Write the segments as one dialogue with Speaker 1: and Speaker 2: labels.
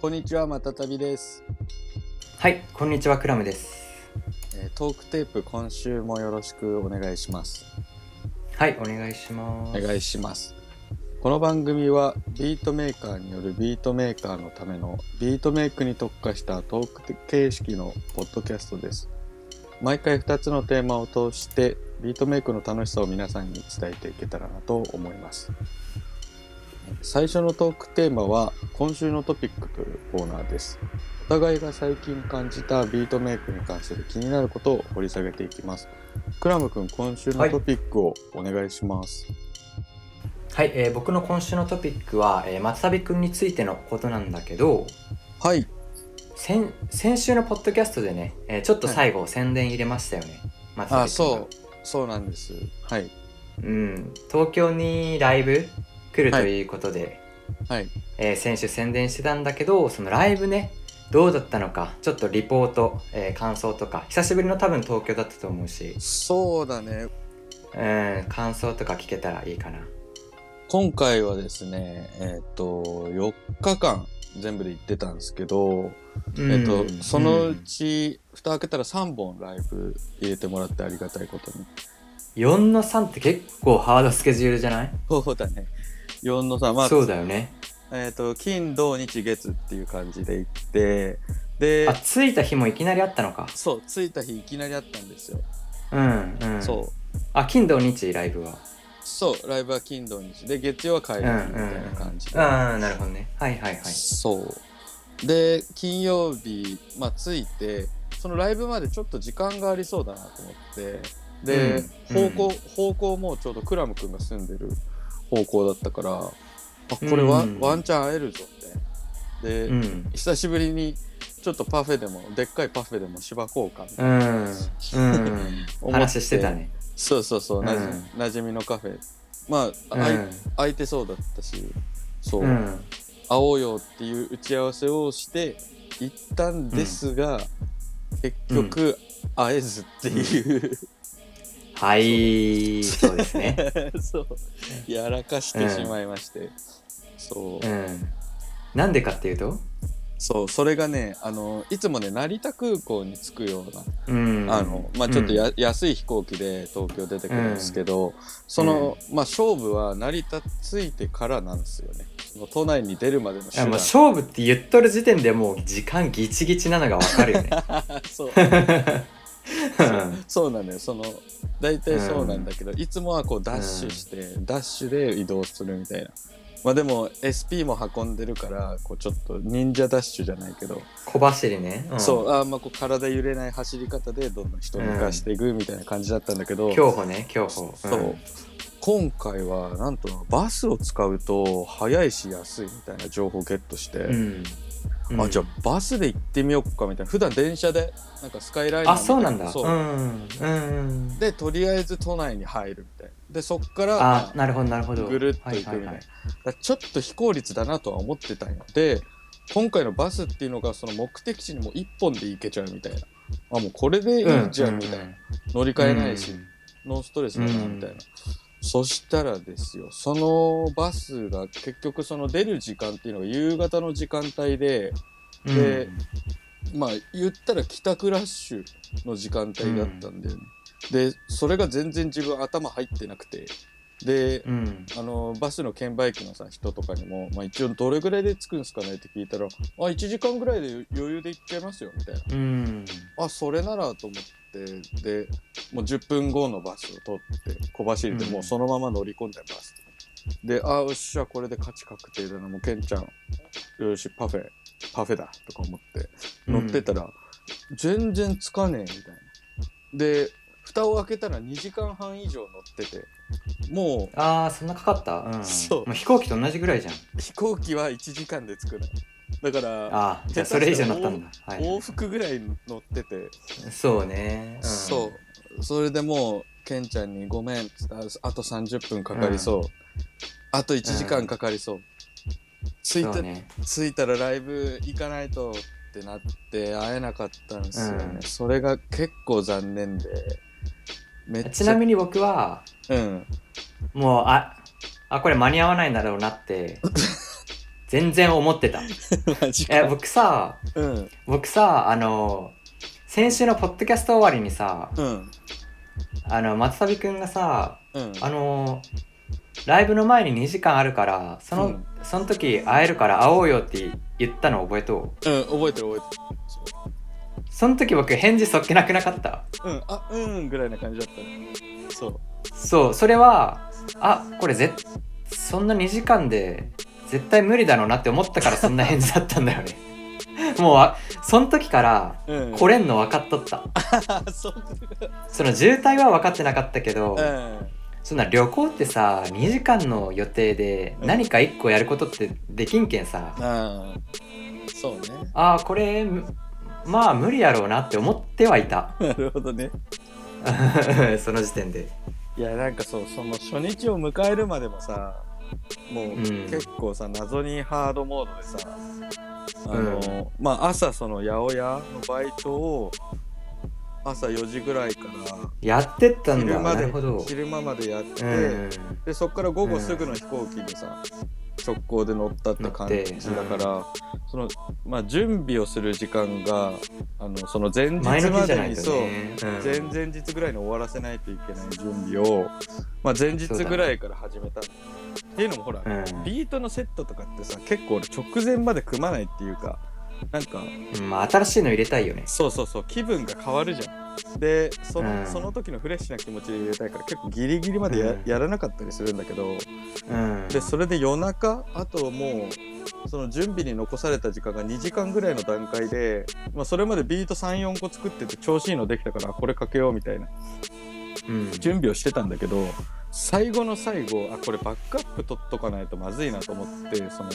Speaker 1: こんにちは、またたびです、
Speaker 2: はい、こんにちは、クラムです。
Speaker 1: えートークテープ、今週もよろしくお願いします。
Speaker 2: はい、お願いします。
Speaker 1: お願いします。この番組はビートメーカーによるビートメーカーのためのビートメイクに特化したトーク形式のポッドキャストです。毎回2つのテーマを通してビートメイクの楽しさを皆さんに伝えていけたらなと思います。最初のトークテーマは今週のトピックというコーナーです。お互いが最近感じたビートメイクに関する気になることを掘り下げていきます。クラム君、今週の
Speaker 2: はい
Speaker 1: トピックをお願いします。
Speaker 2: はい、えー僕の今週のトピックは、えー、松旅くんについてのことなんだけど、
Speaker 1: はい。
Speaker 2: 先先週のポッドキャストでね、えーちょっと最後宣伝入れましたよね。松旅くんが
Speaker 1: あ、そう、そうなんです。はい。
Speaker 2: う。うん、東京にライブ来るということで、
Speaker 1: はい。
Speaker 2: えー先週宣伝してたんだけど、そのライブね、どうだったのか、ちょっとリポート、えー感想とか、久しぶりの多分東京だったと思うし、
Speaker 1: そうだね。
Speaker 2: うん、感想とか聞けたらいいかな。
Speaker 1: 今回はですね、えっ、と、4日間全部で行ってたんですけど、えっ、
Speaker 2: う
Speaker 1: と、
Speaker 2: ん
Speaker 1: そのうち、蓋開けたら3本ライブ入れてもらってありがたいことに。
Speaker 2: 4の3って結構ハードスケジュールじゃない、
Speaker 1: そうだね。4のさ、まあ、
Speaker 2: そうだよね
Speaker 1: えっ、と、金、土、日、月っていう感じで行って、で
Speaker 2: あ、着いた日もいきなりあったのか
Speaker 1: そう、着いた日いきなりあったんですよ。
Speaker 2: うんうん
Speaker 1: そう。
Speaker 2: あ金土日ライブは
Speaker 1: そう、ライブは金、土、日。で、月曜は帰るみたいな感じで。
Speaker 2: ああなるほどねはいはいはい
Speaker 1: そうで金曜日、まあ、着いてそのライブまでちょっと時間がありそうだなと思ってで、
Speaker 2: う
Speaker 1: 方
Speaker 2: ん
Speaker 1: 向方向もちょうどクラム君が住んでる方向だったからあこれは、
Speaker 2: うん
Speaker 1: ワンチャン会えるぞってで、
Speaker 2: うん
Speaker 1: 久しぶりにちょっとパフェでもでっかいパフェでもしばこうかみたいな
Speaker 2: う
Speaker 1: 思
Speaker 2: ん、う
Speaker 1: って
Speaker 2: ん、話してたね
Speaker 1: そうそうそう、なじ
Speaker 2: うん
Speaker 1: 馴染みのカフェまあ、
Speaker 2: うん
Speaker 1: あい空いてそうだったしそう、
Speaker 2: うん
Speaker 1: 会おうよっていう打ち合わせをして行ったんですが、結局会えずっていう、
Speaker 2: はい そうですね
Speaker 1: そうやらかしてしまいまして、そう、
Speaker 2: うんなんでかっていうと
Speaker 1: そうそれがねあのいつもね成田空港に着くような、
Speaker 2: うん
Speaker 1: あのまあちょっとや、安い飛行機で東京出てくるんですけど、その、まあ勝負は成田着いてからなんですよねその都内に出るまでの
Speaker 2: い
Speaker 1: 手
Speaker 2: やもう
Speaker 1: 段
Speaker 2: 勝負って言っとる時点でもう時間ギチギチなのがわかる よね
Speaker 1: そう
Speaker 2: うん
Speaker 1: そうなのよその大体そうなんだけど、いつもはこうダッシュして、ダッシュで移動するみたいなまあでも SP も運んでるからこうちょっと忍者ダッシュじゃないけど、
Speaker 2: 小走りね、うん、
Speaker 1: そうあーまあこう体揺れない走り方でどんどん人を抜かしていくみたいな感じだったんだけど、
Speaker 2: 競歩ね競歩
Speaker 1: そう、今回はなんとバスを使うと早いし安いみたいな情報をゲットして、
Speaker 2: うん、うん
Speaker 1: あじゃあバスで行ってみようかみたいな普段電車でなんかスカイライン
Speaker 2: あそうなんだ
Speaker 1: そう
Speaker 2: う、んうん
Speaker 1: でとりあえず都内に入るみたいなでそっからまあ
Speaker 2: あなるほどなるほど
Speaker 1: ぐるっと行くみたいな、だからちょっと非効率だなとは思ってたんよで今回のバスっていうのがその目的地にも1本で行けちゃうみたいなあもうこれでいい
Speaker 2: うん
Speaker 1: じゃんみたいな、乗り換えないし、
Speaker 2: うん
Speaker 1: ノンストレスだなみたいな、そしたらですよそのバスが結局その出る時間っていうのが夕方の時間帯で
Speaker 2: うん
Speaker 1: でまあ言ったら帰宅ラッシュの時間帯だったんだよね、でそれが全然自分頭入ってなくてで、
Speaker 2: うん
Speaker 1: あのバスの券売機のさ人とかにも、まあ、一応どれぐらいで着くんですかねって聞いたら「あ1時間ぐらいで余裕で行っちゃいますよ」みたいな
Speaker 2: うん
Speaker 1: 「あそれなら」と思ってでもう10分後のバスを取って小走りで
Speaker 2: うん
Speaker 1: もうそのまま乗り込んだよバスで「あよっしゃこれで価値確定だなもうケンちゃんよしパフェパフェだ」とか思って乗ってたら、全然つかねえみたいなで蓋を開けたら2時間半以上乗っててもう
Speaker 2: あーそんなかかった、うん、
Speaker 1: そう
Speaker 2: も飛行機と同じぐらいじゃん
Speaker 1: 飛行機は1時間で着くのよだから
Speaker 2: あーじゃあそれ以上乗ったんだ、はい、
Speaker 1: 往復ぐらい乗ってて、
Speaker 2: そうね、うん、
Speaker 1: そうそれでもうケンちゃんに「ごめん」っつったらあと30分かかりそう、あと1時間かかりそう、着い
Speaker 2: そ
Speaker 1: た
Speaker 2: うね
Speaker 1: 着いたらライブ行かないとってなって会えなかったんですよね、
Speaker 2: うん
Speaker 1: それが結構残念でめっちゃ
Speaker 2: ちなみに僕は
Speaker 1: うん
Speaker 2: もうああこれ間に合わないんだろうなって全然思ってた
Speaker 1: マジ
Speaker 2: え
Speaker 1: か。
Speaker 2: 僕さ
Speaker 1: うん。
Speaker 2: 僕さあの先週のポッドキャスト終わりにさ
Speaker 1: うん。
Speaker 2: あの松旅くんがさ
Speaker 1: うん。
Speaker 2: あのライブの前に2時間あるからその,、
Speaker 1: うん
Speaker 2: その時会えるから会おうよって言ったの覚えとう
Speaker 1: うん、覚えてる覚
Speaker 2: その時僕返事そっけなくなかった
Speaker 1: えてる。うん。あ、うんぐらいな感じだったね。そう。
Speaker 2: そうそれはあこれぜそんな2時間で絶対無理だろうなって思ったからそんな返事だったんだよね もうあその時から
Speaker 1: うん。
Speaker 2: 来
Speaker 1: れ
Speaker 2: れんの分かっとった
Speaker 1: そうう
Speaker 2: その渋滞は分かってなかったけど、
Speaker 1: ん。
Speaker 2: そんな旅行ってさ2時間の予定で
Speaker 1: うん
Speaker 2: 何か1個やることってできんけんさ、
Speaker 1: ああ。そうね。
Speaker 2: あーこれむまあ無理やろうなって思っては いた
Speaker 1: なるほどね。
Speaker 2: その時点で
Speaker 1: いや、なんかそう、その初日を迎えるまでもさ、もううん結構さ、謎にハードモードでさ、あの、まあ朝その八百屋のバイトを、朝4時ぐらいから
Speaker 2: やってったん
Speaker 1: 昼
Speaker 2: だ
Speaker 1: ま
Speaker 2: な
Speaker 1: で
Speaker 2: るほど
Speaker 1: 昼間までやって、
Speaker 2: うん
Speaker 1: でそこから午後すぐの飛行機にさ、直行で乗ったって感じだから、そのまあ準備をする時間があのその前日
Speaker 2: 前の
Speaker 1: ま
Speaker 2: 日じゃ
Speaker 1: で
Speaker 2: な
Speaker 1: に
Speaker 2: いと
Speaker 1: そう
Speaker 2: ね
Speaker 1: 前々日ぐらいに終わらせないといけない準備を、まあ、前日ぐらいから始めたんだっていうのもほら、
Speaker 2: うん
Speaker 1: ビートのセットとかってさ結構俺直前まで組まないっていうかなんか
Speaker 2: うんまあ新しいの入れたいよね
Speaker 1: そうそうそう気分が変わるじゃんでその,、
Speaker 2: うん
Speaker 1: その時のフレッシュな気持ちで入れたいから結構ギリギリまでや,、
Speaker 2: うん
Speaker 1: やらなかったりするんだけど
Speaker 2: うん
Speaker 1: でそれで夜中あともうその準備に残された時間が2時間ぐらいの段階で、まあ、それまでビート34個作ってて調子いいのできたからあこれかけようみたいな
Speaker 2: うん
Speaker 1: 準備をしてたんだけど最後の最後あこれバックアップ取っとかないとまずいなと思ってその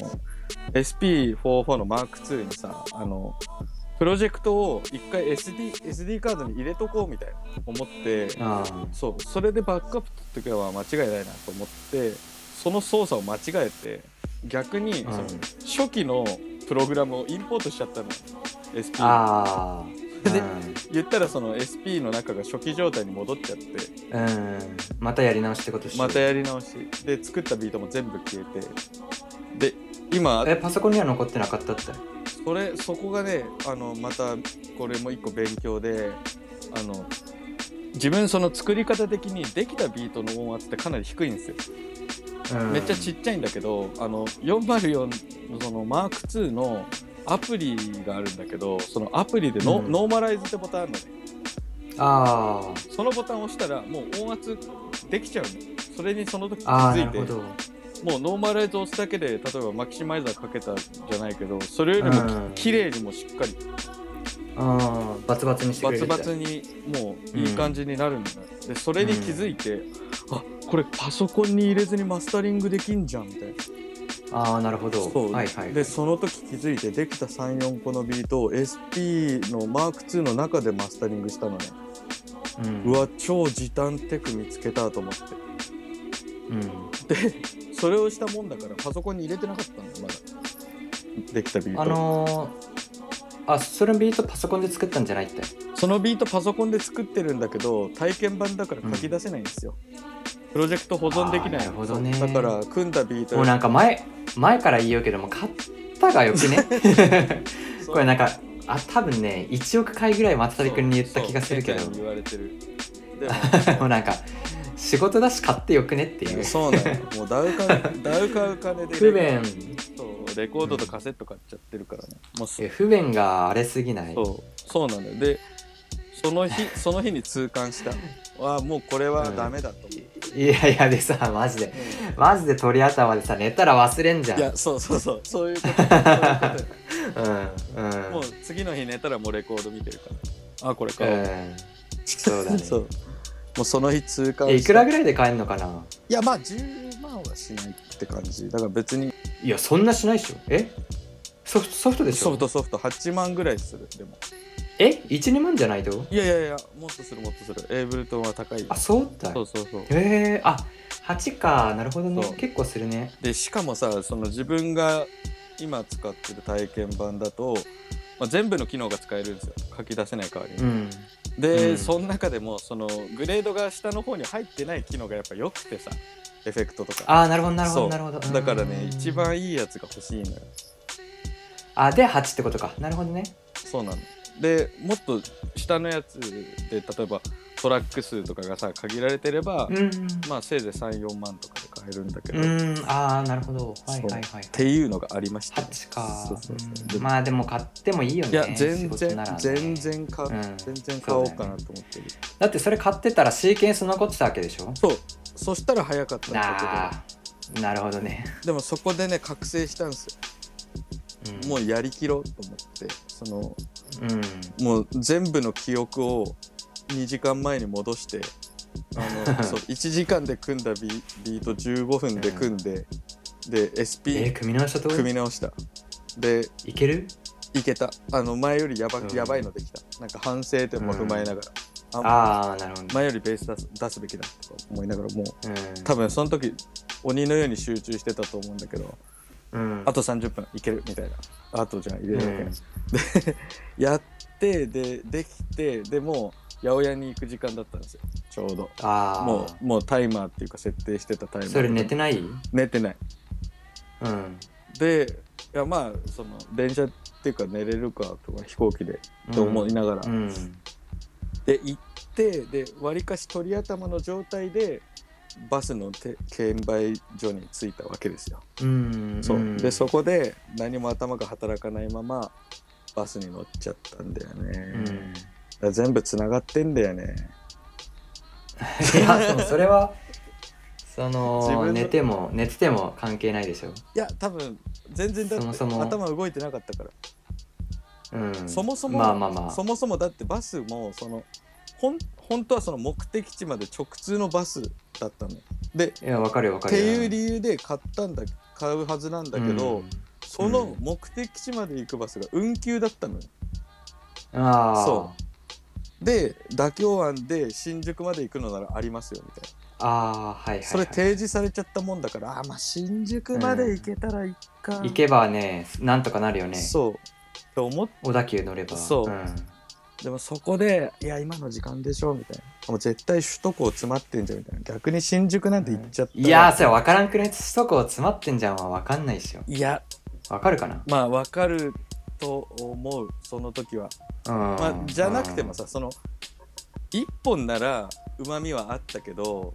Speaker 1: SP44 の M2 にさあのプロジェクトを一回 SD, SD カードに入れとこうみたいな思って
Speaker 2: ああ
Speaker 1: そうそれでバックアップ取っておけば間違いないなと思ってその操作を間違えて逆にその
Speaker 2: うん
Speaker 1: 初期のプログラムをインポートしちゃったの SP
Speaker 2: ああ
Speaker 1: で言ったらその SP の中が初期状態に戻っちゃって
Speaker 2: うんうんまたやり直しってことして
Speaker 1: またやり直しで作ったビートも全部消えてで今
Speaker 2: えパソコンには残ってなかったって
Speaker 1: それそこがねあのまたこれも一個勉強であの自分その作り方的にできたビートの音圧ってかなり低いんですよ
Speaker 2: うん
Speaker 1: めっちゃちっちゃいんだけどあの404のそのマーク2のアプリがあるんだけどそのアプリでノ,、
Speaker 2: うん
Speaker 1: ノーマライズってボタンあるのね
Speaker 2: あー
Speaker 1: そのボタンを押したらもう音圧できちゃうのそれにその時気
Speaker 2: あー
Speaker 1: づい
Speaker 2: なる
Speaker 1: て
Speaker 2: ほど
Speaker 1: もうノーマライズを押すだけで例えばマキシマイザーかけたじゃないけどそれよりもき
Speaker 2: うん
Speaker 1: 綺麗にもしっかり
Speaker 2: ああバツバツにしてく
Speaker 1: バ
Speaker 2: れる
Speaker 1: ツ
Speaker 2: んだ
Speaker 1: バツにもういい感じになるんだ、でそれに気づいて、あこれパソコンに入れずにマスタリングできんじゃんみたいな
Speaker 2: ああなるほど
Speaker 1: そう、
Speaker 2: はいはい
Speaker 1: でその時気づいてできた34個のビートを SP の M2 の中でマスタリングしたのね、
Speaker 2: うん
Speaker 1: うわ超時短テク見つけたと思っ
Speaker 2: うん
Speaker 1: てでそれをしたもんだからパソコンに入れてなかったんだよまだできたビート
Speaker 2: あのー、あそれビートパソコンで作ったんじゃないって
Speaker 1: そのビートパソコンで作ってるんだけど体験版だから書き出せないんですよ、プロジェクト保存できない
Speaker 2: あーなるほどね
Speaker 1: そうだから組んだビート
Speaker 2: もうなんか前前から言いようけども買ったがよくね
Speaker 1: そう
Speaker 2: これなんかあ多分ね1億回ぐらい松旅君に言った気がするけど
Speaker 1: そう世界に言われてるで も
Speaker 2: もうなんか仕事だし買ってよくねっていう
Speaker 1: そうなのよもうダウカダウ買う金で
Speaker 2: 不便
Speaker 1: そうレコードとカセット買っちゃってるからね、もうそ
Speaker 2: え不便が荒れすぎない
Speaker 1: そうそうなんだよでその日 その日に痛感したあもうこれはダメだと思う、
Speaker 2: いやいやでさマジでマジで鳥頭でさ寝たら忘れんじゃん
Speaker 1: いやそうそうそうそう いうことそういうこと
Speaker 2: うんうん
Speaker 1: もう次の日寝たらもうレコード見てるからあこれか、
Speaker 2: うんそうだね
Speaker 1: そうもうその日通過
Speaker 2: えいくらぐらいで買えるのかない
Speaker 1: やまあ10万はしないって感じだから別に
Speaker 2: いやそんなしないでしょえソフトソフトでしょ
Speaker 1: ソフトソフト8万ぐらいするでも
Speaker 2: え一12万じゃないと
Speaker 1: いやいやいやもっとするもっとするエイブルトンは高いよ
Speaker 2: あそうだ
Speaker 1: そうそうそう
Speaker 2: へえあ8かなるほどね
Speaker 1: そう
Speaker 2: 結構するね
Speaker 1: でしかもさその自分が今使ってる体験版だと、まあ、全部の機能が使えるんですよ書き出せない代わり
Speaker 2: う
Speaker 1: に、
Speaker 2: ん
Speaker 1: で、
Speaker 2: うん
Speaker 1: その中でもそのグレードが下の方に入ってない機能がやっぱ良くてさエフェクトとか
Speaker 2: ああなるほどなるほ
Speaker 1: そ
Speaker 2: ど
Speaker 1: う
Speaker 2: なるほど
Speaker 1: だからね
Speaker 2: うん
Speaker 1: 一番いいやつが欲しいのよ
Speaker 2: あで8ってことかなるほどね
Speaker 1: そうなのでもっと下のやつで例えばトラック数とかがさ限られてれば、
Speaker 2: うんうん
Speaker 1: まあせいぜい34万とかで買えるんだけど、
Speaker 2: う
Speaker 1: っ
Speaker 2: んああなるほどはいはいはい
Speaker 1: ていうのがありました、
Speaker 2: 8か
Speaker 1: そうそうそう
Speaker 2: うん
Speaker 1: で
Speaker 2: まあでも買ってもいいよね
Speaker 1: いや全
Speaker 2: 仕事
Speaker 1: 然、
Speaker 2: ならね
Speaker 1: 全然買う、
Speaker 2: うん
Speaker 1: 全然買おうかなと思ってる
Speaker 2: だってそれ買ってたらシーケンス残ってたわけでしょ
Speaker 1: そう,、そしたら早かったん
Speaker 2: な
Speaker 1: だ
Speaker 2: あなるほどね
Speaker 1: け、どでもそこでね覚醒したんです
Speaker 2: うん、
Speaker 1: よもうやりきろうと思ってその
Speaker 2: うん
Speaker 1: もう全部の記憶を2時間前に戻してあ のそう1時間で組んだビビート15分で組んで、で
Speaker 2: えー
Speaker 1: SP
Speaker 2: 組み直したとこ
Speaker 1: 組み直したで
Speaker 2: いける
Speaker 1: いけたあの前よりやば,、
Speaker 2: うん
Speaker 1: やばいのできたなんか反省点も踏まえながら、あ
Speaker 2: ああなるほど、
Speaker 1: 前よりベース出す出すべきだとか思いながらもう
Speaker 2: うん
Speaker 1: 多分その時鬼のように集中してたと思うんだけど
Speaker 2: うん
Speaker 1: あと30分いけるみたいなあとじゃあ入れるだけ、
Speaker 2: うん
Speaker 1: で やってでできてでもう八百屋に行く時間だったんですよちょうど
Speaker 2: ああ
Speaker 1: もうもうタイマーっていうか設定してたタイマー
Speaker 2: それ寝て
Speaker 1: ない
Speaker 2: ない
Speaker 1: 寝てない
Speaker 2: うん
Speaker 1: でいやまあその電車っていうか寝れるかとか飛行機でと思いながら、
Speaker 2: うん
Speaker 1: で行ってでわりかし鳥頭の状態でバスのて券売所に着いたわけですよ
Speaker 2: うん
Speaker 1: そう、
Speaker 2: ん
Speaker 1: でそこで何も頭が働かないままバスに乗っちゃったんだよね、
Speaker 2: うん
Speaker 1: だから全部つながってんだよね
Speaker 2: いやでもそれはそ
Speaker 1: 自分
Speaker 2: の
Speaker 1: の
Speaker 2: 寝ても寝てても関係ないでしょ
Speaker 1: いや多分全然だって
Speaker 2: そもそも
Speaker 1: 頭動いてなかったから、
Speaker 2: うん
Speaker 1: そもそも、
Speaker 2: まあまあまあ
Speaker 1: そもそもだってバスもそのほん本当はその目的地まで直通のバスだったので
Speaker 2: いやわかるよわ
Speaker 1: っ
Speaker 2: か
Speaker 1: て
Speaker 2: るよ
Speaker 1: いう理由で買ったんだ買うはずなんだけど、その目的地まで行くバスが運休だったのよ
Speaker 2: うんああ
Speaker 1: そで妥協案で新宿まで行くのならありますよみたいな
Speaker 2: ああーはいはい、はい、
Speaker 1: それ提示されちゃったもんだから、あまあ新宿まで行けたらいいか、
Speaker 2: 行けばねなんとかなるよね
Speaker 1: そうって思っ
Speaker 2: 小田急乗れば
Speaker 1: そうんでもそこでいや今の時間でしょみたいなもう絶対首都高詰まってんじゃんみたいな逆に新宿なんて行っちゃったら、
Speaker 2: いやーそれ分からんくない首都高詰まってんじゃんは分かんないっしょ
Speaker 1: いや
Speaker 2: 分かるかな
Speaker 1: まあわかると思うその時は、
Speaker 2: うん、
Speaker 1: まあ、じゃなくても
Speaker 2: う
Speaker 1: さその一本ならうまみはあったけど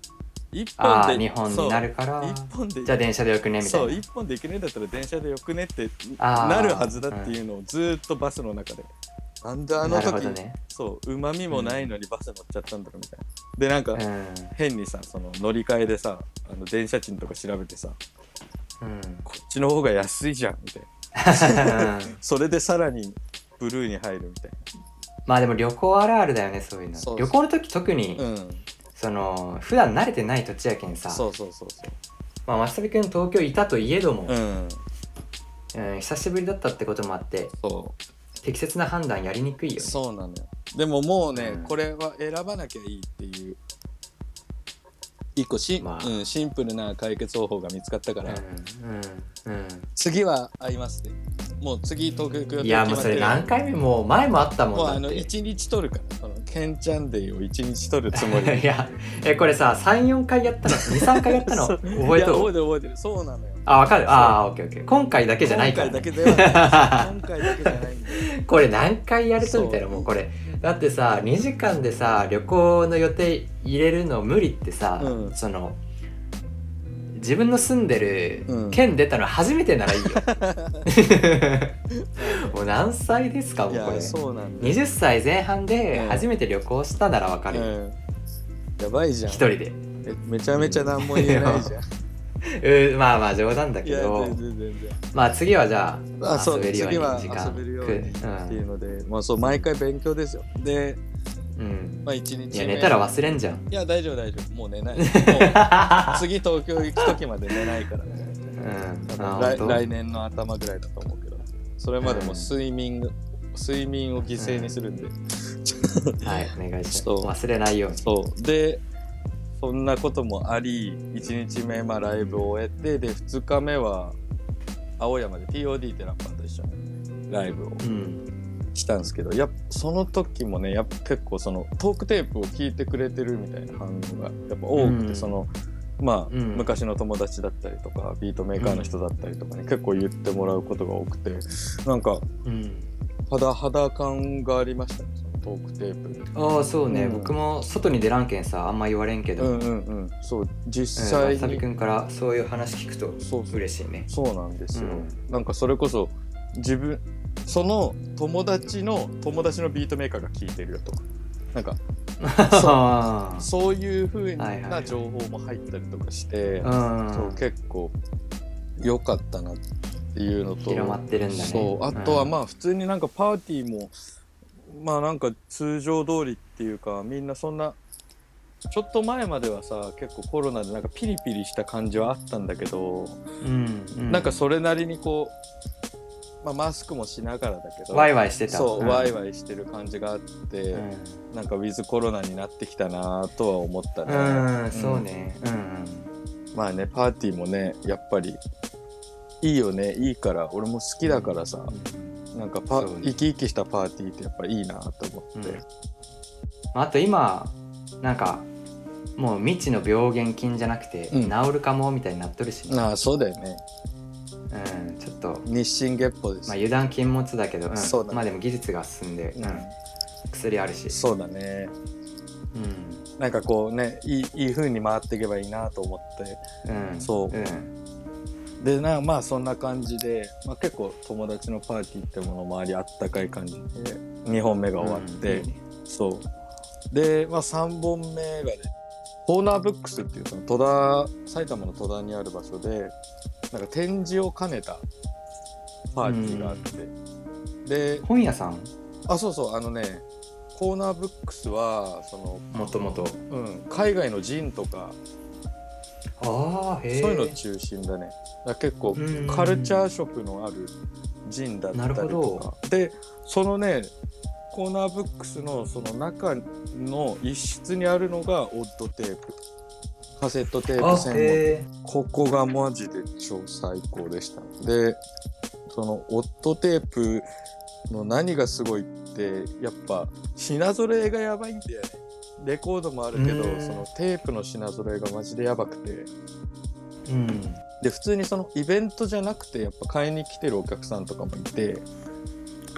Speaker 1: 一
Speaker 2: んああ
Speaker 1: 本で
Speaker 2: 日本になるから
Speaker 1: そう一本で
Speaker 2: じゃあ電車でよくねみた
Speaker 1: そ
Speaker 2: いうな
Speaker 1: 一本で行けねえんだったら電車でよくねって
Speaker 2: あー
Speaker 1: なるはずだっていうのをずーっとバスの中で。なんであの
Speaker 2: なるほ
Speaker 1: 時、
Speaker 2: どね
Speaker 1: そううまみもないのにバス乗っちゃったんだろうみたいな。でなんか
Speaker 2: う
Speaker 1: 変にさその乗り換えでさあの電車賃とか調べてさ
Speaker 2: んうん
Speaker 1: こっちの方が安いじゃんみたいな。それでさらにブルーに入るみたい
Speaker 2: まあでも旅行あるあるだよねそういうの
Speaker 1: そうそう
Speaker 2: 旅行の時特に、
Speaker 1: な。うん。
Speaker 2: その普段慣れてない土地やけんさ
Speaker 1: そうそうそうそ
Speaker 2: まあ松旅君東京いたといえども、
Speaker 1: う。うん。
Speaker 2: うん久しぶりだったってこともあって
Speaker 1: そ
Speaker 2: 適切な判断やりにくいうよね
Speaker 1: そうなのよ。でももうね、
Speaker 2: うん
Speaker 1: これは選ばなきゃいいっていう一個し、
Speaker 2: まあ
Speaker 1: うん、シンプルな解決方法が見つかったから、
Speaker 2: うんうんうん
Speaker 1: 次は会いますね。もう次東京行くよ
Speaker 2: いやもうそれ何回目もう前もあったもん
Speaker 1: もう
Speaker 2: だ
Speaker 1: あ
Speaker 2: っ
Speaker 1: の
Speaker 2: て
Speaker 1: 一日取るからそのケンちゃんデーを一日取るつもり
Speaker 2: いやえこれさ34回やったの23回やったの
Speaker 1: そう
Speaker 2: 覚え
Speaker 1: いや覚
Speaker 2: と
Speaker 1: え
Speaker 2: る
Speaker 1: てる覚えてるそうなのよ
Speaker 2: あわかるああオッケーオッケー今回だけじゃない
Speaker 1: 今
Speaker 2: から
Speaker 1: 回だけ
Speaker 2: ね、
Speaker 1: ではない今回だけじゃないんだよ
Speaker 2: これ何回やる
Speaker 1: そ
Speaker 2: と
Speaker 1: う
Speaker 2: みたいなもうこれだってさ2時間でさ旅行の予定入れるの無理ってさ、
Speaker 1: うん
Speaker 2: その自分の住んで
Speaker 1: うん
Speaker 2: る県出たの初めてならいい よ、もう何歳ですかも
Speaker 1: いう
Speaker 2: これ
Speaker 1: やそうなんだよ
Speaker 2: 20歳前
Speaker 1: う
Speaker 2: 半
Speaker 1: ん
Speaker 2: で初めて旅行したならわかるよ、
Speaker 1: うんやばいじゃん
Speaker 2: 一人で、
Speaker 1: めめちゃめちゃ何も言えないじゃん
Speaker 2: うんまあまあ冗談だ
Speaker 1: い
Speaker 2: け
Speaker 1: や
Speaker 2: ど
Speaker 1: 全然全然
Speaker 2: まあ次はじゃあ
Speaker 1: あそう
Speaker 2: 遊べるよう
Speaker 1: 次
Speaker 2: に
Speaker 1: は
Speaker 2: 時間
Speaker 1: 遊べるように
Speaker 2: く
Speaker 1: っていうので、まあそう毎回勉強ですよで
Speaker 2: うんうん
Speaker 1: まあ一日目
Speaker 2: いや寝たら忘れんじゃん
Speaker 1: いや大丈夫大丈夫もう寝 ないもう次東京行く時まで寝ないからね
Speaker 2: うん
Speaker 1: 多 分
Speaker 2: あ本
Speaker 1: 来
Speaker 2: 当
Speaker 1: 来年の頭ぐらいだと思うけどそれまでも睡眠が、睡眠を犠牲にするんで、
Speaker 2: はい、お願いします。
Speaker 1: そう
Speaker 2: 忘れないように。
Speaker 1: そうでそんなこともあり1日目まあライブを終えてで2日目は青山で TOD ってラッパーと一緒にライブを
Speaker 2: うん。
Speaker 1: したんですけどやっぱその時もねやっぱ結構そのトークテープを聞いてくれてるみたいな反応がやっぱ多くて、
Speaker 2: うん
Speaker 1: そのまあ、
Speaker 2: うん
Speaker 1: 昔の友達だったりとかビートメーカーの人だったりとかに結構言ってもらうことが多くてなんか
Speaker 2: うん、
Speaker 1: 肌肌感がありましたねそのトークテープに。
Speaker 2: ああそうね、
Speaker 1: うん
Speaker 2: 僕も外に出らんけんさあんま言われんけど、
Speaker 1: うんうんうん、そう実
Speaker 2: さ
Speaker 1: 際
Speaker 2: さび
Speaker 1: に、
Speaker 2: くんからそういう話聞くと
Speaker 1: そうそう
Speaker 2: 嬉しいね
Speaker 1: そうなんですよ、
Speaker 2: うん
Speaker 1: なんかそれこそ自分その友達の友達のビートメーカーが聞いてるよとかなんか
Speaker 2: あー
Speaker 1: そういうふう
Speaker 2: はいはいは
Speaker 1: ない情報も入ったりとかして、
Speaker 2: うん
Speaker 1: そう結構良かったなっていうのと
Speaker 2: 広まってるんだね
Speaker 1: そうあとは
Speaker 2: うん
Speaker 1: まあ普通になんかパーティーもまあなんか通常通りっていうかみんなそんなちょっと前まではさ結構コロナでなんかピリピリした感じはあったんだけど、
Speaker 2: うんうん
Speaker 1: なんかそれなりにこう、まあ、マスクもしながらだけど
Speaker 2: ワイワイしてた
Speaker 1: そう、
Speaker 2: ん
Speaker 1: ワイワイしてる感じがあって、
Speaker 2: う
Speaker 1: なんかウィズコロナになってきたなとは思ったね、
Speaker 2: ん、うん、そうねうん
Speaker 1: まあねパーティーもねやっぱりいいよねいいから俺も好きだからさ、なんかパ
Speaker 2: そう
Speaker 1: 生
Speaker 2: ね
Speaker 1: き生きしたパーティーってやっぱいいなと思って、
Speaker 2: うんあと今なんかもう未知の病原菌じゃなくて、
Speaker 1: うん
Speaker 2: 治るかもみたいになっとるしね、
Speaker 1: ああそうだよね
Speaker 2: うん、ちょっと、
Speaker 1: 日進月歩です、
Speaker 2: まあ、油断禁物だけど、うん
Speaker 1: そうだね
Speaker 2: まあでも技術が進んで、うん
Speaker 1: う
Speaker 2: 薬あるし
Speaker 1: ん、そうだね
Speaker 2: うん
Speaker 1: なんかこうねいいいい風に回っていけばいいなと思って
Speaker 2: うん、、
Speaker 1: そうんでなまあそんな感じで、まあ、結構友達のパーティーってものもありあったかい感じで2本目が終わって、
Speaker 2: うんいいね
Speaker 1: そうで、まあ、3本目がねコーナーブックスっていうその戸田埼玉の戸田にある場所でなんか展示を兼ねたパーティーがあって、で
Speaker 2: 本屋さん
Speaker 1: あそうそうあのねコーナーブックスはその、
Speaker 2: もともと
Speaker 1: うん、海外のジンとか
Speaker 2: ああへえ
Speaker 1: そういうの中心だね。だから結構
Speaker 2: うん
Speaker 1: カルチャー色のあるジンだったり
Speaker 2: なる
Speaker 1: と
Speaker 2: ほ
Speaker 1: か。でそのねコーナーブックスのその中の一室にあるのがオッドテープカセットテープ
Speaker 2: あ
Speaker 1: 専門
Speaker 2: へえ
Speaker 1: ここがマジで超最高でしたでそのオッドテープの何がすごいってやっぱ品揃えがやばいんだよねレコードもあるけど
Speaker 2: うん
Speaker 1: そのテープの品揃えがマジでやばくて
Speaker 2: うん
Speaker 1: で普通にそのイベントじゃなくてやっぱ買いに来てるお客さんとかもいて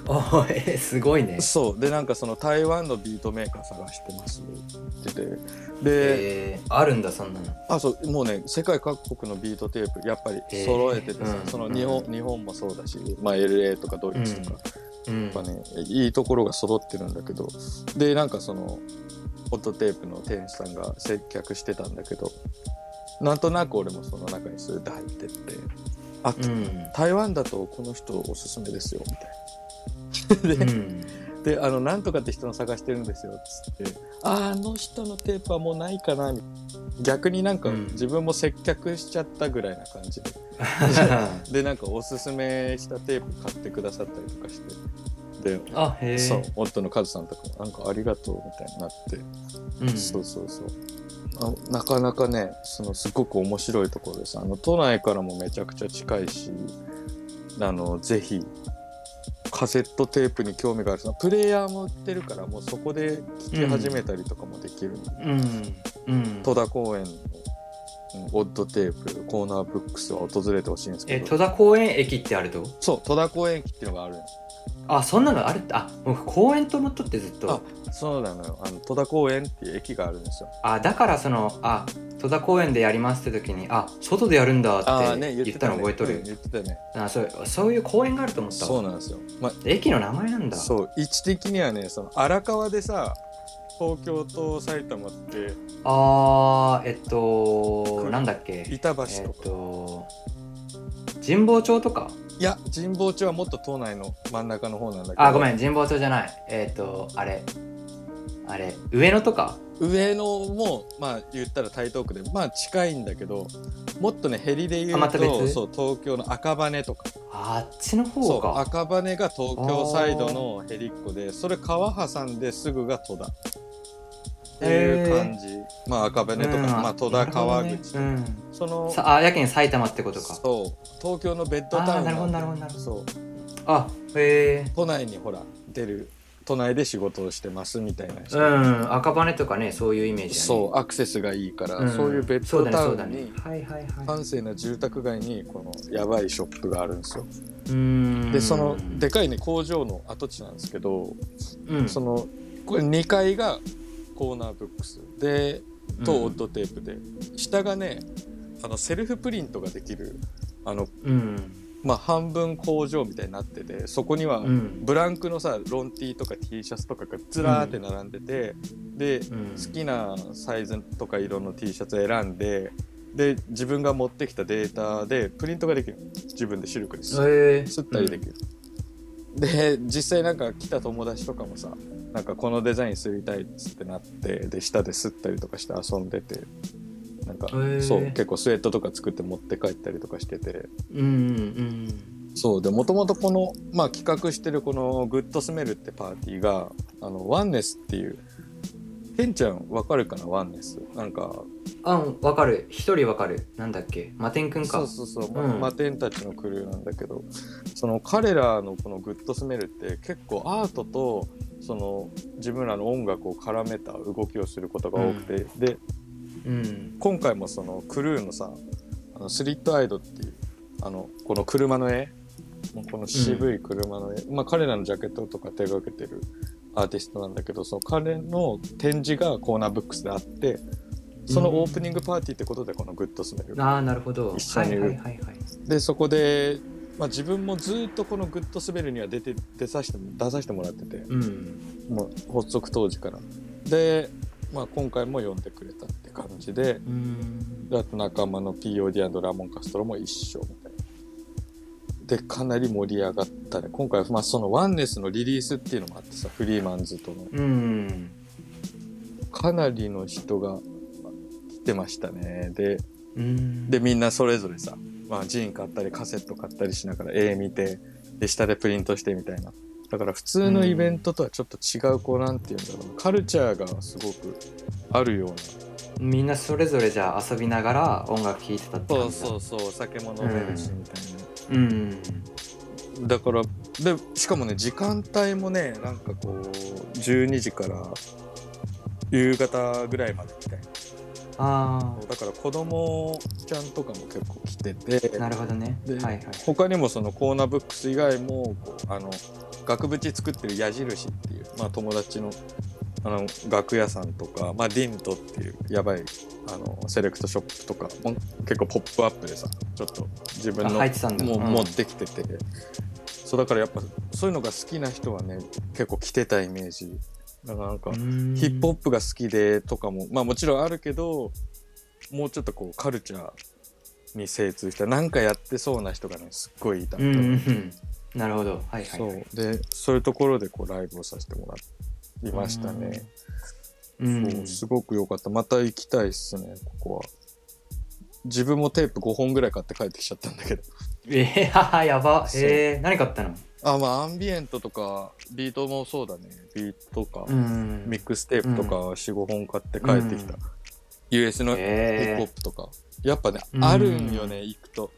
Speaker 2: あーへえすごいね
Speaker 1: そうでなんかその台湾のビートメーカー探してますって言っててで、
Speaker 2: えー、あるんだそんなの
Speaker 1: あそうもうね世界各国のビートテープやっぱり揃えててさ、
Speaker 2: えーうん
Speaker 1: その日本,、
Speaker 2: う
Speaker 1: 日本もそうだし、まあ、LA とかドイツとか、
Speaker 2: うん
Speaker 1: やっぱねいいところが揃ってるんだけどでなんかそのホットテープの店主さんが接客してたんだけどなんとなく俺もその中にスーッて入ってってあ
Speaker 2: うん
Speaker 1: 台湾だとこの人おすすめですよみたいな。
Speaker 2: う
Speaker 1: で,、
Speaker 2: ん
Speaker 1: であのなんとかって人の探してるんですよっつってあーあの人のテープはもうないかなみたいな逆になんか
Speaker 2: うん
Speaker 1: 自分も接客しちゃったぐらいな感 じで、でなんかおすすめしたテープ買ってくださったりとかしてで、
Speaker 2: あへえ
Speaker 1: そう夫のカズさんとかもなんかありがとうみたいになって、
Speaker 2: うん、
Speaker 1: そうそうそうあなかなかねそのすごく面白いところですあの都内からもめちゃくちゃ近いしあのぜひカセットテープに興味がある人プレイヤーも売ってるからもうそこで聴き始めたりとかもできる、
Speaker 2: うんうん
Speaker 1: 戸田公園のうんオッドテープコーナーブックスは訪れてほしいんですけ
Speaker 2: え
Speaker 1: ど
Speaker 2: 戸田公園駅ってあると
Speaker 1: そう戸田公園駅っていうのがあるの
Speaker 2: あそんなのあるってあもう公園と思っとってずっと
Speaker 1: そうなのよあの戸田公園っていう駅があるんですよ
Speaker 2: あだからそのあ戸田公園でやりますって時にあ外でやるんだって言ったの覚えと
Speaker 1: うん
Speaker 2: る
Speaker 1: 言ってたよね
Speaker 2: あそうそういう公園があると思ったわ
Speaker 1: そうなんですよ、まあ、
Speaker 2: 駅の名前なんだ
Speaker 1: そう位置的にはねその荒川でさ東京と埼玉って
Speaker 2: あーえっと
Speaker 1: く
Speaker 2: なんだっけ
Speaker 1: 板橋
Speaker 2: え
Speaker 1: と
Speaker 2: っ
Speaker 1: か、
Speaker 2: と神保町とか
Speaker 1: いや神保町はもっと島内の真ん中の方なんだけど
Speaker 2: あごめ
Speaker 1: ん
Speaker 2: ん神保町じゃないえっとあれあれ上野とか
Speaker 1: 上野もまあ言ったら台東区でまあ近いんだけどもっとねヘリで言
Speaker 2: あま
Speaker 1: う
Speaker 2: た
Speaker 1: と、
Speaker 2: 別
Speaker 1: そう東京の赤羽とか
Speaker 2: あっちの
Speaker 1: そ
Speaker 2: 方
Speaker 1: う
Speaker 2: か
Speaker 1: 赤羽が東京サイドのヘリっ子でそれ川挟んですぐが戸田っていう感じ、まあ赤羽とか、
Speaker 2: うん
Speaker 1: まあ、戸田川口、
Speaker 2: なるほどね
Speaker 1: そ
Speaker 2: うん
Speaker 1: の
Speaker 2: さあやけに埼玉ってことか
Speaker 1: そう東京のベッドタウン
Speaker 2: あーなるほどなるほど
Speaker 1: ん
Speaker 2: な
Speaker 1: だ
Speaker 2: る
Speaker 1: よ
Speaker 2: ほど
Speaker 1: そう
Speaker 2: あへえ
Speaker 1: 都内にほら出る都内で仕事をしてますみたいな人、
Speaker 2: うん赤羽とかねそういうイメージだね
Speaker 1: そうアクセスがいいから、
Speaker 2: ん
Speaker 1: そういうベッドタ
Speaker 2: そう
Speaker 1: ウ
Speaker 2: だ
Speaker 1: ン
Speaker 2: ね
Speaker 1: に
Speaker 2: そうだねはいはいはい
Speaker 1: 閑静な住宅街にこのやばいショップがあるんですよ
Speaker 2: うーん
Speaker 1: でそのでかいね工場の跡地なんですけど
Speaker 2: うん
Speaker 1: そのこれ2階がコーナーブックスでとオッドテープで下がねあのセルフプリントができるあの、
Speaker 2: うん
Speaker 1: まあ、半分工場みたいになっててそこには
Speaker 2: うん
Speaker 1: ブランクのさロン T とか T シャツとかがずらーって並んでて、で
Speaker 2: うん
Speaker 1: 好きなサイズとか色の T シャツ選んでで自分が持ってきたデータでプリントができる自分で視力です
Speaker 2: へえ
Speaker 1: 吸ったりできる、で実際なんか来た友達とかもさなんかこのデザイン吸いたいっつってなってで下で吸ったりとかして遊んでてなんか、
Speaker 2: ー
Speaker 1: そう結構スウェットとか作って持って帰ったりとかしてて
Speaker 2: うんうん
Speaker 1: そうでもともとこの、まあ、企画してるこの「グッドスメル」ってパーティーがあのワンネスっていうケンちゃんわかるかなワンネスなんか
Speaker 2: うんあうんわかる一人わかるなんだっけマテンくん
Speaker 1: そ
Speaker 2: か
Speaker 1: うそうそう、
Speaker 2: うん
Speaker 1: マテンたちのクルーなんだけどその彼らのこの「グッドスメル」って結構アートとその自分らの音楽を絡めた動きをすることが多くて、で
Speaker 2: うん
Speaker 1: 今回もそのクルーのさあのスリットアイドっていうあのこの車の絵この渋い車の絵、まあ、彼らのジャケットとか手がけてるアーティストなんだけどその彼の展示がコーナーブックスであってそのオープニングパーティーってことでこの「グッドスメル」
Speaker 2: ああなるほど
Speaker 1: 一緒にいる
Speaker 2: はいはいはいはい
Speaker 1: でそこで、まあ、自分もずっとこの「グッドスベル」には出て出させて出させてもらってて
Speaker 2: うん
Speaker 1: もう発足当時からで、まあ、今回も呼んでくれたって感じで
Speaker 2: うん
Speaker 1: であと仲間の POD& ラモン・カストロも一緒みたいなでかなり盛り上がったね今回は、まあ、そのワンネスのリリースっていうのもあってさフリーマンズとの
Speaker 2: うん
Speaker 1: かなりの人がまあ来てましたねで
Speaker 2: うん
Speaker 1: でみんなそれぞれさ、まあ、ジーン買ったりカセット買ったりしながら絵見てで下でプリントしてみたいなだから普通のイベントとはちょっと違うこうなんて言うんだろうカルチャーがすごくあるような
Speaker 2: みんなそれぞれじゃあ遊びながら音楽聴いてたって感じだ
Speaker 1: うそうお酒も
Speaker 2: 飲めるし
Speaker 1: みたい
Speaker 2: うん
Speaker 1: な、だからでしかもね時間帯もねなんかこう12時から夕方ぐらいまでみたいな
Speaker 2: あ
Speaker 1: だから子供ちゃんとかも結構来てて
Speaker 2: あなるほどね
Speaker 1: で、
Speaker 2: はいはい
Speaker 1: 他にもそのコーナーブックス以外もこうあの額縁作ってる矢印っていう、まあ、友達のあの楽屋さんとか、まあ、ディントっていうやばいあのセレクトショップとかも結構ポップアップでさちょっと自分
Speaker 2: あ
Speaker 1: の
Speaker 2: 入ってたんだ
Speaker 1: もう
Speaker 2: うん
Speaker 1: 持ってきてて、そうだからやっぱそういうのが好きな人はね結構着てたイメージだからなんか、ヒップホップが好きでとかも、まあもちろんあるけど、もうちょっとこうカルチャーに精通した、なんかやってそうな人がね、すっごいいた。
Speaker 2: うんうんうんなるほどはいはい
Speaker 1: そ
Speaker 2: は
Speaker 1: う
Speaker 2: い。
Speaker 1: で、そういうところでこうライブをさせてもらいましたね。
Speaker 2: うん
Speaker 1: そうすごく良かった。また行きたいっすね、ここは。自分もテープ5本ぐらい買って帰ってきちゃったんだけど。
Speaker 2: えー、ははやば
Speaker 1: そう
Speaker 2: えー、何買ったの
Speaker 1: あ、まあアンビエントとか、ビートもそうだね。ビートとか、
Speaker 2: うん
Speaker 1: ミックステープとか4、5本買って帰ってきた。
Speaker 2: う
Speaker 1: US のヒップホ
Speaker 2: え
Speaker 1: ップとか。やっぱね、
Speaker 2: うん
Speaker 1: あるんよね、行くと。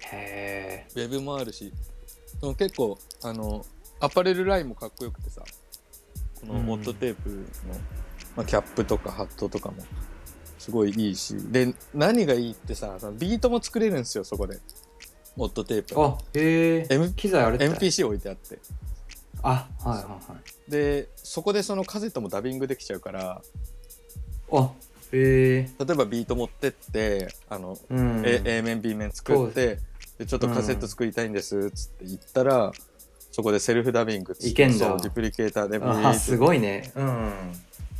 Speaker 2: ー、へ
Speaker 1: ウェブもあるし、その結構、あの、アパレルラインもかっこよくてさ、この
Speaker 2: うん
Speaker 1: ホットテープの、まあ、キャップとかハットとかも、すごいいいし、で、何がいいってさ、そのビートも作れるんですよ、そこで。ホットテープ
Speaker 2: ー。あへえ
Speaker 1: M-
Speaker 2: 機材あれ
Speaker 1: MPC 置いてあって。
Speaker 2: あはいはいはい
Speaker 1: で、そこでそのカセットもダビングできちゃうから、
Speaker 2: あへえ
Speaker 1: 例えばビート持ってって、あの、
Speaker 2: ー、うん、
Speaker 1: A, A 面 B 面作ってでちょっとカセット作りたいんですっつって言ったら、そこでセルフダビングっつって
Speaker 2: いけんだ
Speaker 1: そうデュプリケーターでビーッ
Speaker 2: あす
Speaker 1: て
Speaker 2: ごいねうん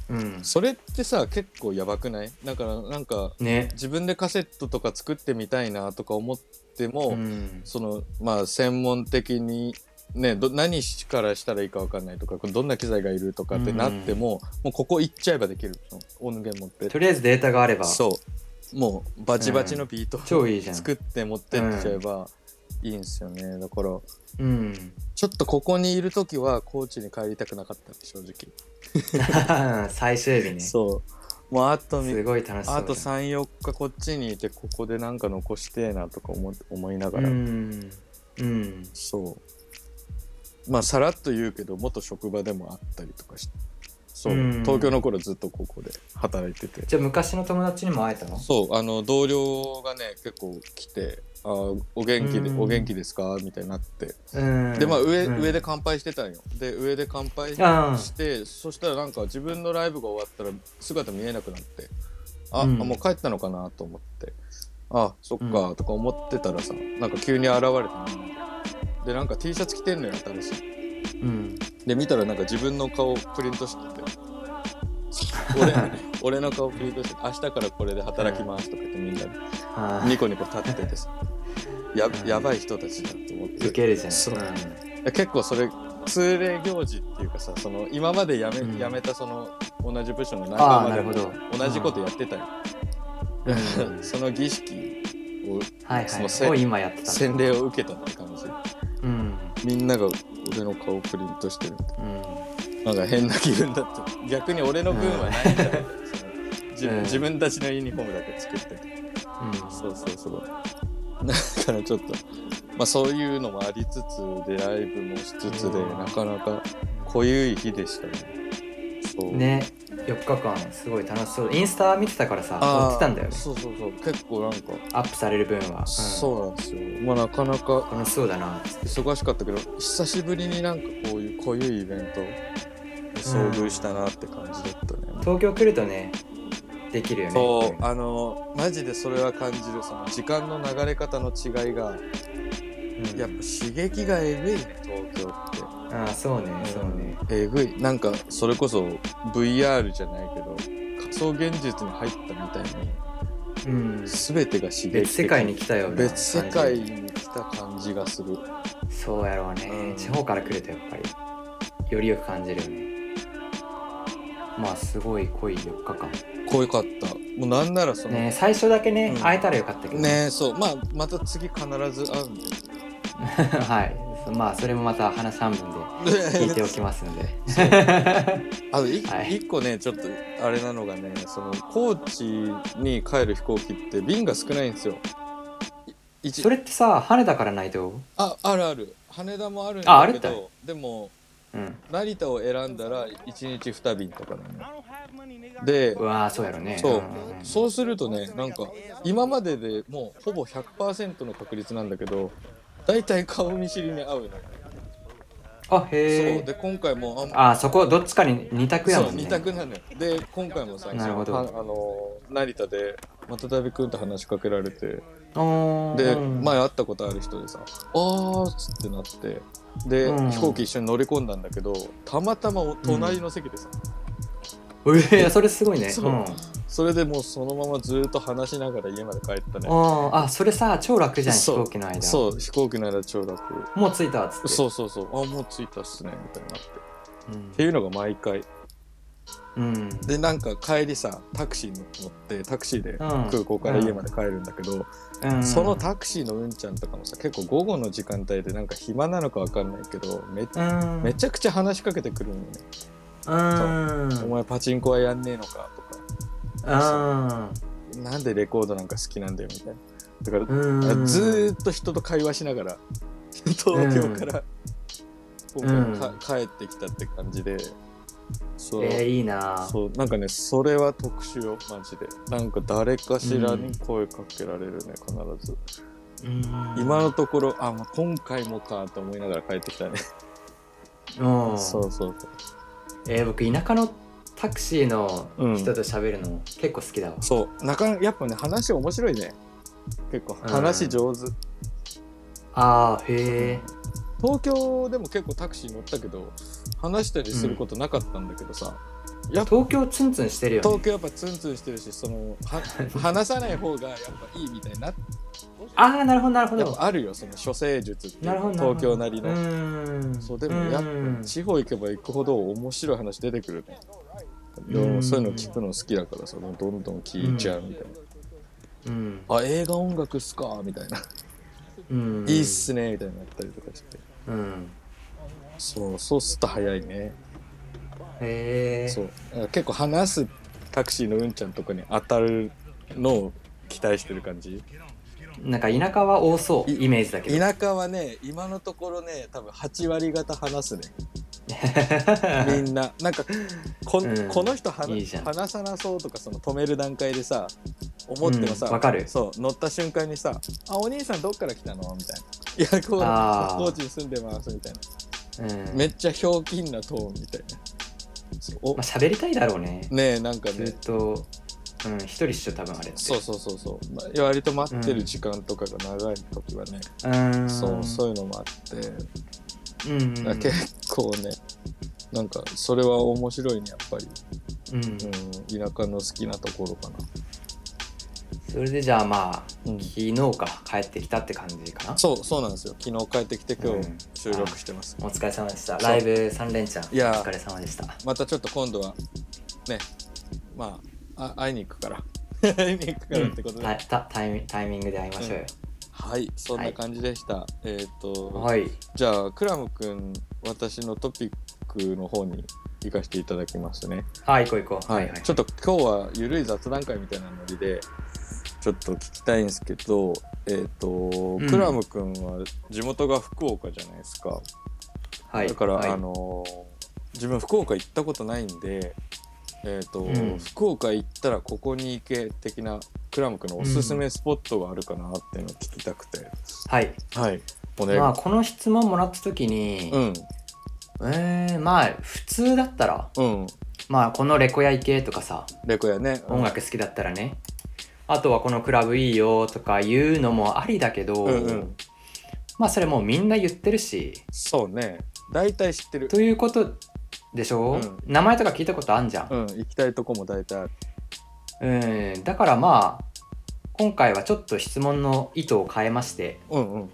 Speaker 2: うん
Speaker 1: それってさ結構やばくないだからなんか
Speaker 2: ね
Speaker 1: 自分でカセットとか作ってみたいなとか思っても、
Speaker 2: うん
Speaker 1: そのまあ専門的にねど何しからしたらいいかわかんないとかこれどんな機材がいるとかってなっても、もうここ行っちゃえばできるその音源持って
Speaker 2: とりあえずデータがあれば
Speaker 1: そうもうバチバチのビートを
Speaker 2: 超いいじゃん
Speaker 1: 作って持ってっちゃえばいいんですよね、だから
Speaker 2: うん
Speaker 1: ちょっとここにいる時は高知に帰りたくなかったね正直、
Speaker 2: 最終日ねす
Speaker 1: そうもうあとみ
Speaker 2: ごい楽しそうだ
Speaker 1: あと34日こっちにいてここでなんか残してえなとか思思いなが
Speaker 2: う
Speaker 1: ら、
Speaker 2: んうん
Speaker 1: そうまあさらっと言うけど元職場でもあったりとかしてそう、
Speaker 2: うん
Speaker 1: 東京の頃ずっとここで働いてて
Speaker 2: じゃあ昔の友達にも会えたの
Speaker 1: そうあの同僚がね結構来て「あーお元気で、
Speaker 2: うん
Speaker 1: お元気ですか?」みたいになって
Speaker 2: うん
Speaker 1: でまあ上,、
Speaker 2: うん
Speaker 1: 上で乾杯してたんよで上で乾杯
Speaker 2: あ
Speaker 1: してそしたらなんか自分のライブが終わったら姿見えなくなってあ、
Speaker 2: うん
Speaker 1: あもう帰ったのかなと思ってあそっかとか思ってたらさなんか急に現れたのでなんか T シャツ着てんのよ新しい
Speaker 2: ーうん
Speaker 1: で見たらなんか自分の顔プリントしてて 俺俺の顔プリントして明日からこれで働きますとか言ってみんなで
Speaker 2: あ
Speaker 1: ニコニコ立っててさや
Speaker 2: うん
Speaker 1: やばい人たちだと思っ
Speaker 2: ー
Speaker 1: て
Speaker 2: ウケるじゃん
Speaker 1: そうん結構それ通例行事っていうかさその今までやめ,、
Speaker 2: うん
Speaker 1: やめたその同じ部署の仲間でも
Speaker 2: あーなるほど
Speaker 1: 同じことやってたよ、
Speaker 2: うん
Speaker 1: その儀式を
Speaker 2: はい
Speaker 1: そ
Speaker 2: は
Speaker 1: の
Speaker 2: い
Speaker 1: せ
Speaker 2: を今やってた
Speaker 1: 洗礼を受けたって感じ
Speaker 2: うん
Speaker 1: みんなが俺の顔プリントしてる
Speaker 2: うん
Speaker 1: なんか変な気分だった逆に俺の分はないんだよ、その自
Speaker 2: うん
Speaker 1: 自分たちのユニフォームだけ作っててそうそうそうだからちょっとまあそういうのもありつつでライブもしつつで、
Speaker 2: うん
Speaker 1: なかなか濃ゆい日でしたね。そううん
Speaker 2: ね4日間すごい楽しそうインスタ見てたからさ
Speaker 1: あー
Speaker 2: 追ってたんだよね
Speaker 1: そうそうそう。結構なんか、
Speaker 2: アップされる分は、うん
Speaker 1: そうなんですよ。まあなかなか
Speaker 2: 楽しそうだなっつって
Speaker 1: 忙しかったけど、久しぶりになんかこういう濃ゆいイベントに遭遇したなって感じだったね。
Speaker 2: 東京来るとねできるよね
Speaker 1: そう、あの、マジでそれは感じる。その時間の流れ方の違いが、
Speaker 2: うん
Speaker 1: やっぱ刺激がえぐいね、東京って。
Speaker 2: ああそうねそうね
Speaker 1: えぐいなんかそれこそ VR じゃないけど仮想現実に入ったみたいに
Speaker 2: うん
Speaker 1: 全てが刺激的
Speaker 2: 別世界に来たような
Speaker 1: 別世界
Speaker 2: 感じ
Speaker 1: に来た感じがする
Speaker 2: そうやろうね、
Speaker 1: うん
Speaker 2: 地方から来るとやっぱりよりよく感じるよねまあすごい濃い4日間
Speaker 1: 濃いかったもうなんならその
Speaker 2: ね
Speaker 1: ね
Speaker 2: 最初だけね、
Speaker 1: うん
Speaker 2: 会えたらよかったけど
Speaker 1: えそうまあまた次必ず会うんで
Speaker 2: はいそまあそれもまた話半分で 聞いておきますんで
Speaker 1: あとい一、
Speaker 2: はい
Speaker 1: 個ねちょっとあれなのがねその高知に帰る飛行機って便が少ないんですよい一
Speaker 2: それってさ羽田からないと
Speaker 1: ああるある羽田もあるん
Speaker 2: ああ
Speaker 1: だ
Speaker 2: る
Speaker 1: け
Speaker 2: ったい
Speaker 1: どでも
Speaker 2: うん
Speaker 1: 成田を選んだら1日2便とかなのよで
Speaker 2: うわーそうやろね
Speaker 1: そうん
Speaker 2: んん
Speaker 1: そうするとねなんか今まででもうほぼ100%の確率なんだけど大体顔見知りに合うのよ、
Speaker 2: あへ
Speaker 1: そう
Speaker 2: え
Speaker 1: で今回もあ
Speaker 2: あそこどっちかに二択や
Speaker 1: そ
Speaker 2: も
Speaker 1: うん
Speaker 2: ね
Speaker 1: 2択なのよで今回もさ
Speaker 2: なるほど
Speaker 1: はあの成田でまたたびくんと話しかけられて
Speaker 2: おー
Speaker 1: で
Speaker 2: うん
Speaker 1: 前会ったことある人でさ「あー」っつってなってで
Speaker 2: うん
Speaker 1: 飛行機一緒に乗り込んだんだけどたまたまお隣の席でさ
Speaker 2: う えそれすごいね
Speaker 1: そう
Speaker 2: うん
Speaker 1: それでもうそのままずーっと話しながら家まで帰ったね
Speaker 2: あーあそれさ超楽じゃん飛
Speaker 1: そう
Speaker 2: 行機の間
Speaker 1: そう飛行機なら超楽
Speaker 2: もう着いたっつって
Speaker 1: そうそうそうあもう着いたっすねみたいになって
Speaker 2: うん
Speaker 1: っていうのが毎回
Speaker 2: うん
Speaker 1: でなんか帰りさタクシーに乗ってタクシーで
Speaker 2: うん
Speaker 1: 空港から家まで帰るんだけど、
Speaker 2: うん
Speaker 1: そのタクシーのうんちゃんとかもさ結構午後の時間帯でなんか暇なのかわかんないけどめ
Speaker 2: うん
Speaker 1: めちゃくちゃ話しかけてくるのね、
Speaker 2: うん
Speaker 1: お前パチンコはやんねえのかとか
Speaker 2: うん
Speaker 1: なんでレコードなんか好きなんだよみたいなだから
Speaker 2: うん
Speaker 1: ずーっと人と会話しながら東京から今回もか、帰ってきたって感じでそう,、
Speaker 2: えーいいな
Speaker 1: そうなんかねそれは特殊よマジでなんか誰かしらに声かけられるね、必ず
Speaker 2: うん
Speaker 1: 今のところあ、まあ、今回もかと思いながら帰ってきたね、
Speaker 2: うん
Speaker 1: そうそうそう
Speaker 2: えー僕田舎のタクシーの
Speaker 1: うん
Speaker 2: 人と喋るの結構好きだわ
Speaker 1: そうなかなかやっぱね話面白いね結構話上手、
Speaker 2: あーへえ
Speaker 1: 東京でも結構タクシー乗ったけど話したりすることなかったんだけどさ、やっぱ
Speaker 2: 東京ツンツンしてるよね
Speaker 1: 東京やっぱツンツンしてるしそのは話さない方がやっぱいいみたい な
Speaker 2: ああなるほどなるほ
Speaker 1: やっ
Speaker 2: ど
Speaker 1: ぱあるよその処世術っていう
Speaker 2: なるほ
Speaker 1: か
Speaker 2: ど
Speaker 1: 東京なりの、
Speaker 2: の
Speaker 1: そうでもやっぱ地方行けば行くほど面白い話出てくるね、で
Speaker 2: う
Speaker 1: も
Speaker 2: ん
Speaker 1: そういうの聞くの好きだからそのどんどん聞いちゃうみたいな、
Speaker 2: うん
Speaker 1: あ映画音楽っすかみたいな、
Speaker 2: うん
Speaker 1: いいっすねみたいになったりとかして
Speaker 2: うん
Speaker 1: そうそうすると早いね
Speaker 2: へえ
Speaker 1: そうだから結構話すタクシーのうんちゃんとかに当たるのを期待してる感じ
Speaker 2: なんか田舎は多そうイメージだけど
Speaker 1: 田舎はね今のところね多分8割方話すね みんななんかこ,、
Speaker 2: うん
Speaker 1: この人話
Speaker 2: いいじゃん
Speaker 1: 話さなそうとかその止める段階でさ思ってもさ、
Speaker 2: うんわかる
Speaker 1: そう乗った瞬間にさ「あお兄さんどっから来たの?」みたいな「いやこう
Speaker 2: あー
Speaker 1: 高知に住んでます」みたいな
Speaker 2: うん
Speaker 1: めっちゃひょうきんなトーンみたいなそうお
Speaker 2: まあ喋りたいだろうね
Speaker 1: ねえなんか
Speaker 2: ず
Speaker 1: ね
Speaker 2: っと、うん、一人っしょ多分あれって
Speaker 1: そうそうそうそう、まあ、割と待ってる時間とかが長い時はね、
Speaker 2: うーん
Speaker 1: そうそういうのもあって
Speaker 2: うんうん
Speaker 1: だから結構ねなんかそれは面白いねやっぱり、
Speaker 2: うん
Speaker 1: うん、田舎の好きなところかな、
Speaker 2: それでじゃあまあ
Speaker 1: うん、
Speaker 2: 昨日か帰ってきたって感じかな
Speaker 1: そうそうなんですよ昨日帰ってきて今日
Speaker 2: うん
Speaker 1: 収録してます、
Speaker 2: お疲れ様でした
Speaker 1: そう
Speaker 2: ライブ3連チャン
Speaker 1: いやー
Speaker 2: お疲れ様でした
Speaker 1: またちょっと今度はねまああ会いに行くから 会いに行くからってことで、
Speaker 2: うんたたタイミタイミングで会いましょうよ、
Speaker 1: はいそんな感じでした、えっ、と、
Speaker 2: はい
Speaker 1: じゃあクラムくん私のトピックの方に行かせていただきますね
Speaker 2: はい行こう行こうはいはい
Speaker 1: ちょっと今日はゆるい雑談会みたいなノリでちょっと聞きたいんですけどえっ、と、
Speaker 2: うん
Speaker 1: クラムくんは地元が福岡じゃないですか、
Speaker 2: はい
Speaker 1: だから、
Speaker 2: はい
Speaker 1: あの自分福岡行ったことないんでえっ、と、
Speaker 2: うん
Speaker 1: 福岡行ったらここに行け的なクラムくんのおすすめスポットがあるかなっていうのを聞きたくて、
Speaker 2: はい
Speaker 1: はいお願い、
Speaker 2: まあこの質問もらった時に、
Speaker 1: うん
Speaker 2: えーまあ普通だったら
Speaker 1: うん
Speaker 2: まあこのレコヤ行けとかさ
Speaker 1: レコやねうん
Speaker 2: 音楽好きだったらね、あとはこのクラブいいよとか言うのもありだけど、
Speaker 1: うんうん
Speaker 2: まあそれもうみんな言ってるし
Speaker 1: そうね大体知ってる
Speaker 2: ということでしょ、
Speaker 1: うん
Speaker 2: 名前とか聞いたことあんじゃん
Speaker 1: う、ん行きたいとこも大体ある
Speaker 2: うん、だからまあ今回はちょっと質問の意図を変えまして、
Speaker 1: うんうん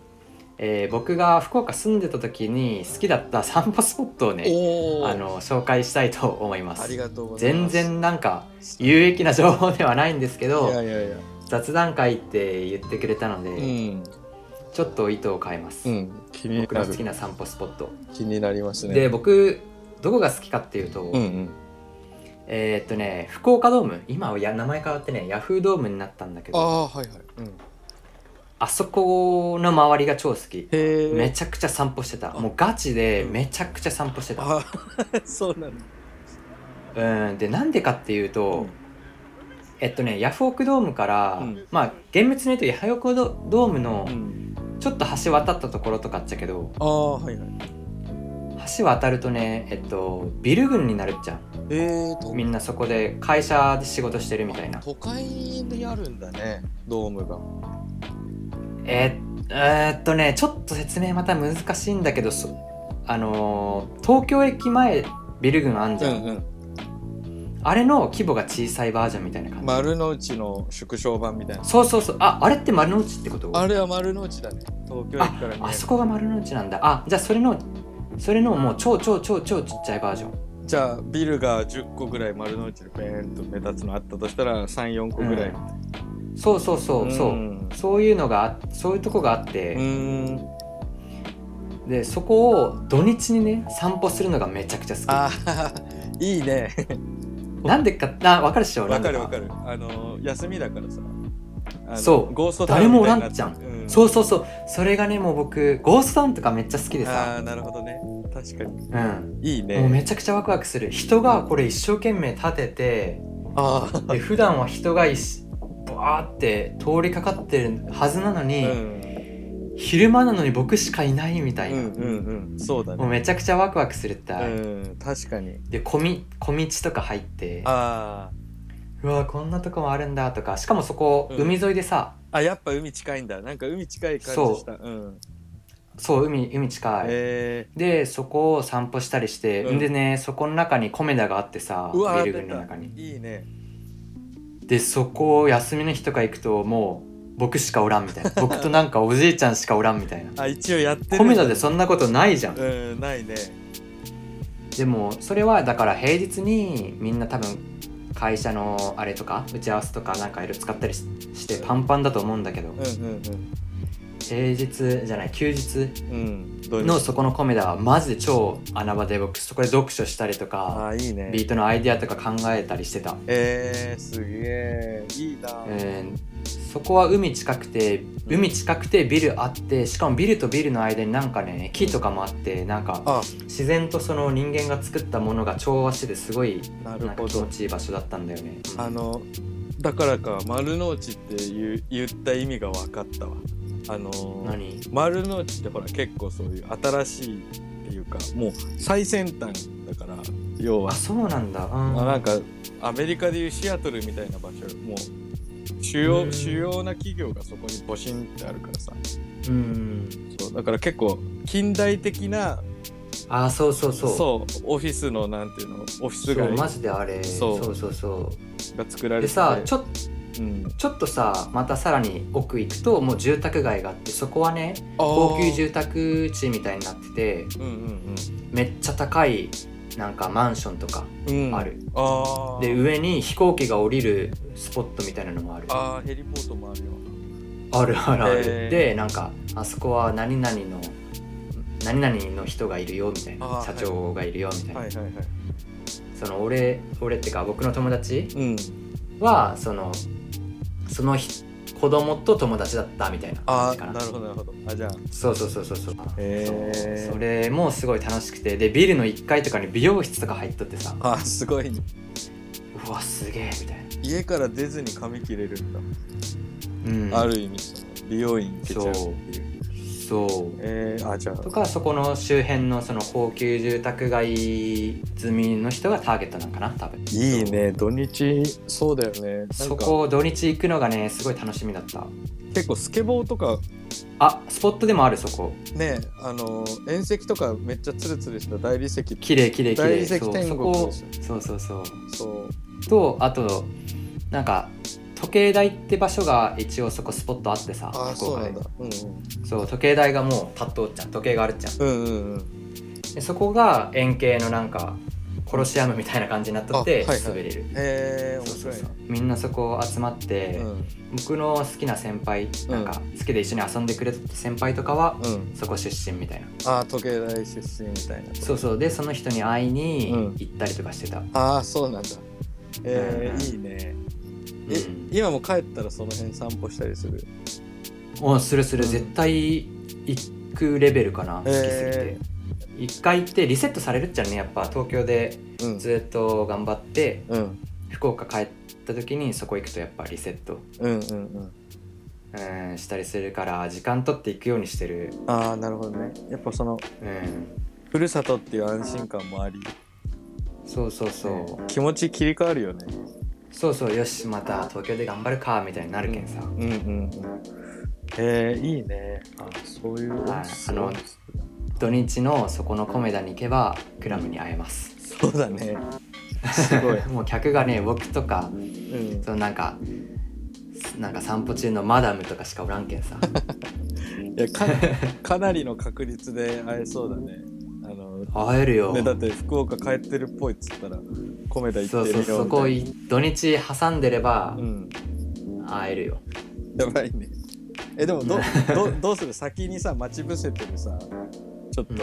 Speaker 2: えー僕が福岡住んでた時に好きだった散歩スポットをね
Speaker 1: おー
Speaker 2: あの紹介したいと思いま
Speaker 1: あり
Speaker 2: す
Speaker 1: がとうございま
Speaker 2: 全
Speaker 1: す
Speaker 2: 然なんか有益な情報ではないんですけ
Speaker 1: い
Speaker 2: ど
Speaker 1: やいやいや
Speaker 2: 雑談会って言ってくれたので、
Speaker 1: うん、
Speaker 2: ちょっと意図を変えます、
Speaker 1: うん、気に
Speaker 2: 僕
Speaker 1: な
Speaker 2: の好き
Speaker 1: る
Speaker 2: な散歩スポット、
Speaker 1: 気になりますね
Speaker 2: で僕どこが好きかっていうと、
Speaker 1: うんうん
Speaker 2: えーっとね福岡ドーム今はや名前変わってねヤフードームになったんだけ
Speaker 1: あ
Speaker 2: どあ
Speaker 1: あはいはい、うん、
Speaker 2: そこの周りが超好き
Speaker 1: へえ
Speaker 2: めちゃくちゃ散歩してたもうガチでめちゃくちゃ散歩してた
Speaker 1: あ ーそうなんだ
Speaker 2: うんでなんでかっていうと、えっとねヤフオクドームから、
Speaker 1: うん
Speaker 2: まあ厳密に言うとヤフオクドドームの
Speaker 1: うん、
Speaker 2: ちょっと橋渡ったところとかっちゃけど
Speaker 1: ああはいはい
Speaker 2: 橋渡るとねえっとビル群になるじゃん
Speaker 1: えー、と
Speaker 2: みんなそこで会社で仕事してるみたいな
Speaker 1: 都会にあるんだねドームが
Speaker 2: えーえーっとねちょっと説明また難しいんだけどそあのー東京駅前ビル群あんじゃん、
Speaker 1: うん
Speaker 2: あれの規模が小さいバージョンみたいな感じ、
Speaker 1: 丸の内の縮小版みたいな
Speaker 2: そうそうそうああれって丸の内ってこと
Speaker 1: あれは丸の内だね東京駅から見える
Speaker 2: あそこが丸の内なんだあじゃあそれのそれのもう超超超超ちっちゃいバージョン
Speaker 1: じゃあビルが10個ぐらい丸の内でペーンと目立つのあったとしたら34個ぐらい、
Speaker 2: うんそうそうそうそう、
Speaker 1: ん
Speaker 2: そういうのがあそういうとこがあっ
Speaker 1: う
Speaker 2: て、
Speaker 1: ーん
Speaker 2: でそこを土日にね散歩するのがめちゃくちゃ好
Speaker 1: あ あいいね
Speaker 2: きなんでかあ分かるっしょ
Speaker 1: わかる
Speaker 2: な
Speaker 1: わ
Speaker 2: んで
Speaker 1: かるあの休みだからさあの
Speaker 2: そう
Speaker 1: ゴーストタウンみたいになって
Speaker 2: 誰もおらん
Speaker 1: う
Speaker 2: そううそうそうそれがねもう僕ゴーストタウンとかめっちゃ好きで
Speaker 1: あ
Speaker 2: さ、
Speaker 1: あなるほどね確かに
Speaker 2: うん
Speaker 1: いい
Speaker 2: もう
Speaker 1: ね
Speaker 2: めちゃくちゃワクワクする人がこれ一生懸命立てて
Speaker 1: あ
Speaker 2: で普段は人がいしバーって通りかかってるはずなの
Speaker 1: あ
Speaker 2: に、
Speaker 1: うん
Speaker 2: 昼間なのに僕しかいないみた
Speaker 1: う
Speaker 2: いな、
Speaker 1: んうんうんそうだ
Speaker 2: もう
Speaker 1: ね
Speaker 2: めちゃくちゃワクワクするって、
Speaker 1: うん確かに
Speaker 2: で小み小道とか入って
Speaker 1: あ
Speaker 2: うわこんなとこもあるんだとかしかもそこ、
Speaker 1: うん
Speaker 2: 海沿いでさ
Speaker 1: ああやっぱ海近いんだなんか海近い感じしたうん
Speaker 2: そう海海近い、
Speaker 1: え
Speaker 2: でそこを散歩したりして、
Speaker 1: うん
Speaker 2: ん、でねそこの中にコメダがあってさ
Speaker 1: ー、うわ
Speaker 2: ビ
Speaker 1: ー
Speaker 2: ル群の
Speaker 1: 出
Speaker 2: 中に
Speaker 1: たいいね
Speaker 2: でそこを休みの日とか行くともう僕しかおらんみ たいな僕となんかおじいちゃんしかおらんみたいな
Speaker 1: あ一応やってる
Speaker 2: コメダでそんなことないじゃん、
Speaker 1: うんないね
Speaker 2: でもそれはだから平日にみんな多分会社のあれとか打ち合わせとかなんかいろいろ使ったりししてパンパンだと思うんだけど、
Speaker 1: うんうん
Speaker 2: 平日じゃない休日
Speaker 1: うんうんどう
Speaker 2: のそこのコメダはマジで超穴場で僕そこで読書したりと
Speaker 1: あ
Speaker 2: か
Speaker 1: あいいね
Speaker 2: ビートのアイディアとか考えたりしてた、
Speaker 1: えー、すげえいいな、
Speaker 2: うんそこは海近くて海近くてビルあってしかもビルとビルの間になんかね木とかもあってなんか
Speaker 1: あ
Speaker 2: 自然とその人間が作ったものが調和しててすごい
Speaker 1: なる
Speaker 2: なんか
Speaker 1: ほ
Speaker 2: 気
Speaker 1: ど
Speaker 2: 持ちいい場所だったんだよね。うん
Speaker 1: あのだからか丸の内って言う言った意味が分かったわあの
Speaker 2: 何
Speaker 1: 丸の内ってほら結構そういう新しいっていうかもう最先端だから要は
Speaker 2: あそうなんだ。うん
Speaker 1: まあなんかアメリカでいうシアトルみたいな場所もう主
Speaker 2: う
Speaker 1: 要
Speaker 2: ん
Speaker 1: 主要な企業がそこにポシンってあるからさ
Speaker 2: うん
Speaker 1: そうだから結構近代的な
Speaker 2: あそうそうそう。
Speaker 1: そうオフィスのなんていうのオフィス
Speaker 2: そう
Speaker 1: 街
Speaker 2: マ
Speaker 1: が
Speaker 2: ジであれ
Speaker 1: そう
Speaker 2: そうそうそう
Speaker 1: 作られて
Speaker 2: でさち
Speaker 1: ょ
Speaker 2: ょっ
Speaker 1: うん、
Speaker 2: ちょっとさまたさらに奥行くともう住宅街があってそこはね高
Speaker 1: 高
Speaker 2: 級住宅地みたいになってて
Speaker 1: うんうん
Speaker 2: めっちゃ高いなんかマンションとか
Speaker 1: うんうん
Speaker 2: ある、
Speaker 1: あー
Speaker 2: で上に飛行機が降りるスポットみたいなのもあるあ
Speaker 1: あーヘリポートもあるよ
Speaker 2: るあるある、
Speaker 1: へー
Speaker 2: でなんかあそこは何々の何々の人がいるよみたい
Speaker 1: あ
Speaker 2: な
Speaker 1: ー
Speaker 2: 社長がいるよみたいな、
Speaker 1: はいはいはい
Speaker 2: その俺俺ってか僕の友達
Speaker 1: うん
Speaker 2: はそのその日子供と友達だったみたいな
Speaker 1: あ
Speaker 2: 感じか
Speaker 1: あ
Speaker 2: な
Speaker 1: なるほどなるほどあじゃあ
Speaker 2: そうそうそうそうそう
Speaker 1: へー
Speaker 2: そうそれもすごい楽しくてでビルの1階とかに美容室とか入っとってさ
Speaker 1: あーすごい、ね、
Speaker 2: うわすげえみたい
Speaker 1: 家から出ずに髪切れるんだ、
Speaker 2: な、うん、
Speaker 1: ある意味その美容院行けちゃうっていう
Speaker 2: そう
Speaker 1: えー、あじゃあ
Speaker 2: とかそこの周辺のその高級住宅街済みの人がターゲットなんかな多分
Speaker 1: いいね土日そうだよねなんか
Speaker 2: そこを土日行くのがねすごい楽しみだった
Speaker 1: 結構スケボーとか
Speaker 2: あスポットでもあるそこ
Speaker 1: ねあの遠石とかめっちゃツルツルした大理石
Speaker 2: 綺麗綺麗綺
Speaker 1: 大理
Speaker 2: 麗
Speaker 1: 石
Speaker 2: そう
Speaker 1: 天
Speaker 2: そ
Speaker 1: 国
Speaker 2: こ
Speaker 1: でしょ
Speaker 2: そうそうそう
Speaker 1: そう
Speaker 2: とあとなんか時計台って場所が一応そこスポットあってさ
Speaker 1: ああ
Speaker 2: 福
Speaker 1: そう
Speaker 2: 岡
Speaker 1: な
Speaker 2: で
Speaker 1: んだうんうん
Speaker 2: そう時計台がもう立っとっちゃん時計があるっちゃん
Speaker 1: うんうんうん
Speaker 2: でそこが円形のなんかコロシアムみたいな感じになっとって
Speaker 1: あはいはい
Speaker 2: 滑れる、
Speaker 1: えー、面
Speaker 2: そ
Speaker 1: 白
Speaker 2: うそう
Speaker 1: い
Speaker 2: そう
Speaker 1: な
Speaker 2: みんなそこ集まって、
Speaker 1: うん
Speaker 2: 僕の好きな先輩なんか好きで一緒に遊んでくれた先輩とかは、
Speaker 1: うん
Speaker 2: そこ出身みたいな
Speaker 1: ああ時計台出身みたいな
Speaker 2: そうそうでその人に会いに行ったりとかしてた、うん
Speaker 1: ああそうなんだえ
Speaker 2: うん
Speaker 1: ー、いいねえ、今も帰ったらその辺散歩したりする
Speaker 2: おするする、
Speaker 1: うん
Speaker 2: 絶対行くレベルかな好きすぎて、
Speaker 1: え
Speaker 2: 一回行ってリセットされるっちゃねやっぱ東京で
Speaker 1: うん
Speaker 2: ずっと頑張って
Speaker 1: うん
Speaker 2: 福岡帰った時にそこ行くとやっぱリセット、
Speaker 1: うんうんうん
Speaker 2: うん、したりするから時間取っていくようにしてる、
Speaker 1: ああなるほどねやっぱその
Speaker 2: うん、
Speaker 1: ふるさとっていう安心感もあり
Speaker 2: そうそうそう、
Speaker 1: 気持ち切り替わるよね
Speaker 2: そうそうよしまた東京で頑張るかみたいになるけんさ、
Speaker 1: うんうんうんえー、いいねあそういうオフィス
Speaker 2: あの
Speaker 1: オフィス
Speaker 2: 土日のそこのコメダに行けばクラムに会えます
Speaker 1: そうだねす ごい、
Speaker 2: もう客がね僕とか
Speaker 1: うん
Speaker 2: そ、のなんかなんか散歩中のマダムとかしかおらんけんさ
Speaker 1: いやかかなりの確率で会えそうだねあの
Speaker 2: 会えるよ、
Speaker 1: ね、だって福岡帰ってるっぽいっつったら米田行って
Speaker 2: そ
Speaker 1: み
Speaker 2: う
Speaker 1: よう
Speaker 2: そう
Speaker 1: みたいな
Speaker 2: そこい土日挟んでれば
Speaker 1: うん
Speaker 2: 会えるよ、
Speaker 1: やばいねえでも どどどうする先にさ待ち伏せてるさちょっと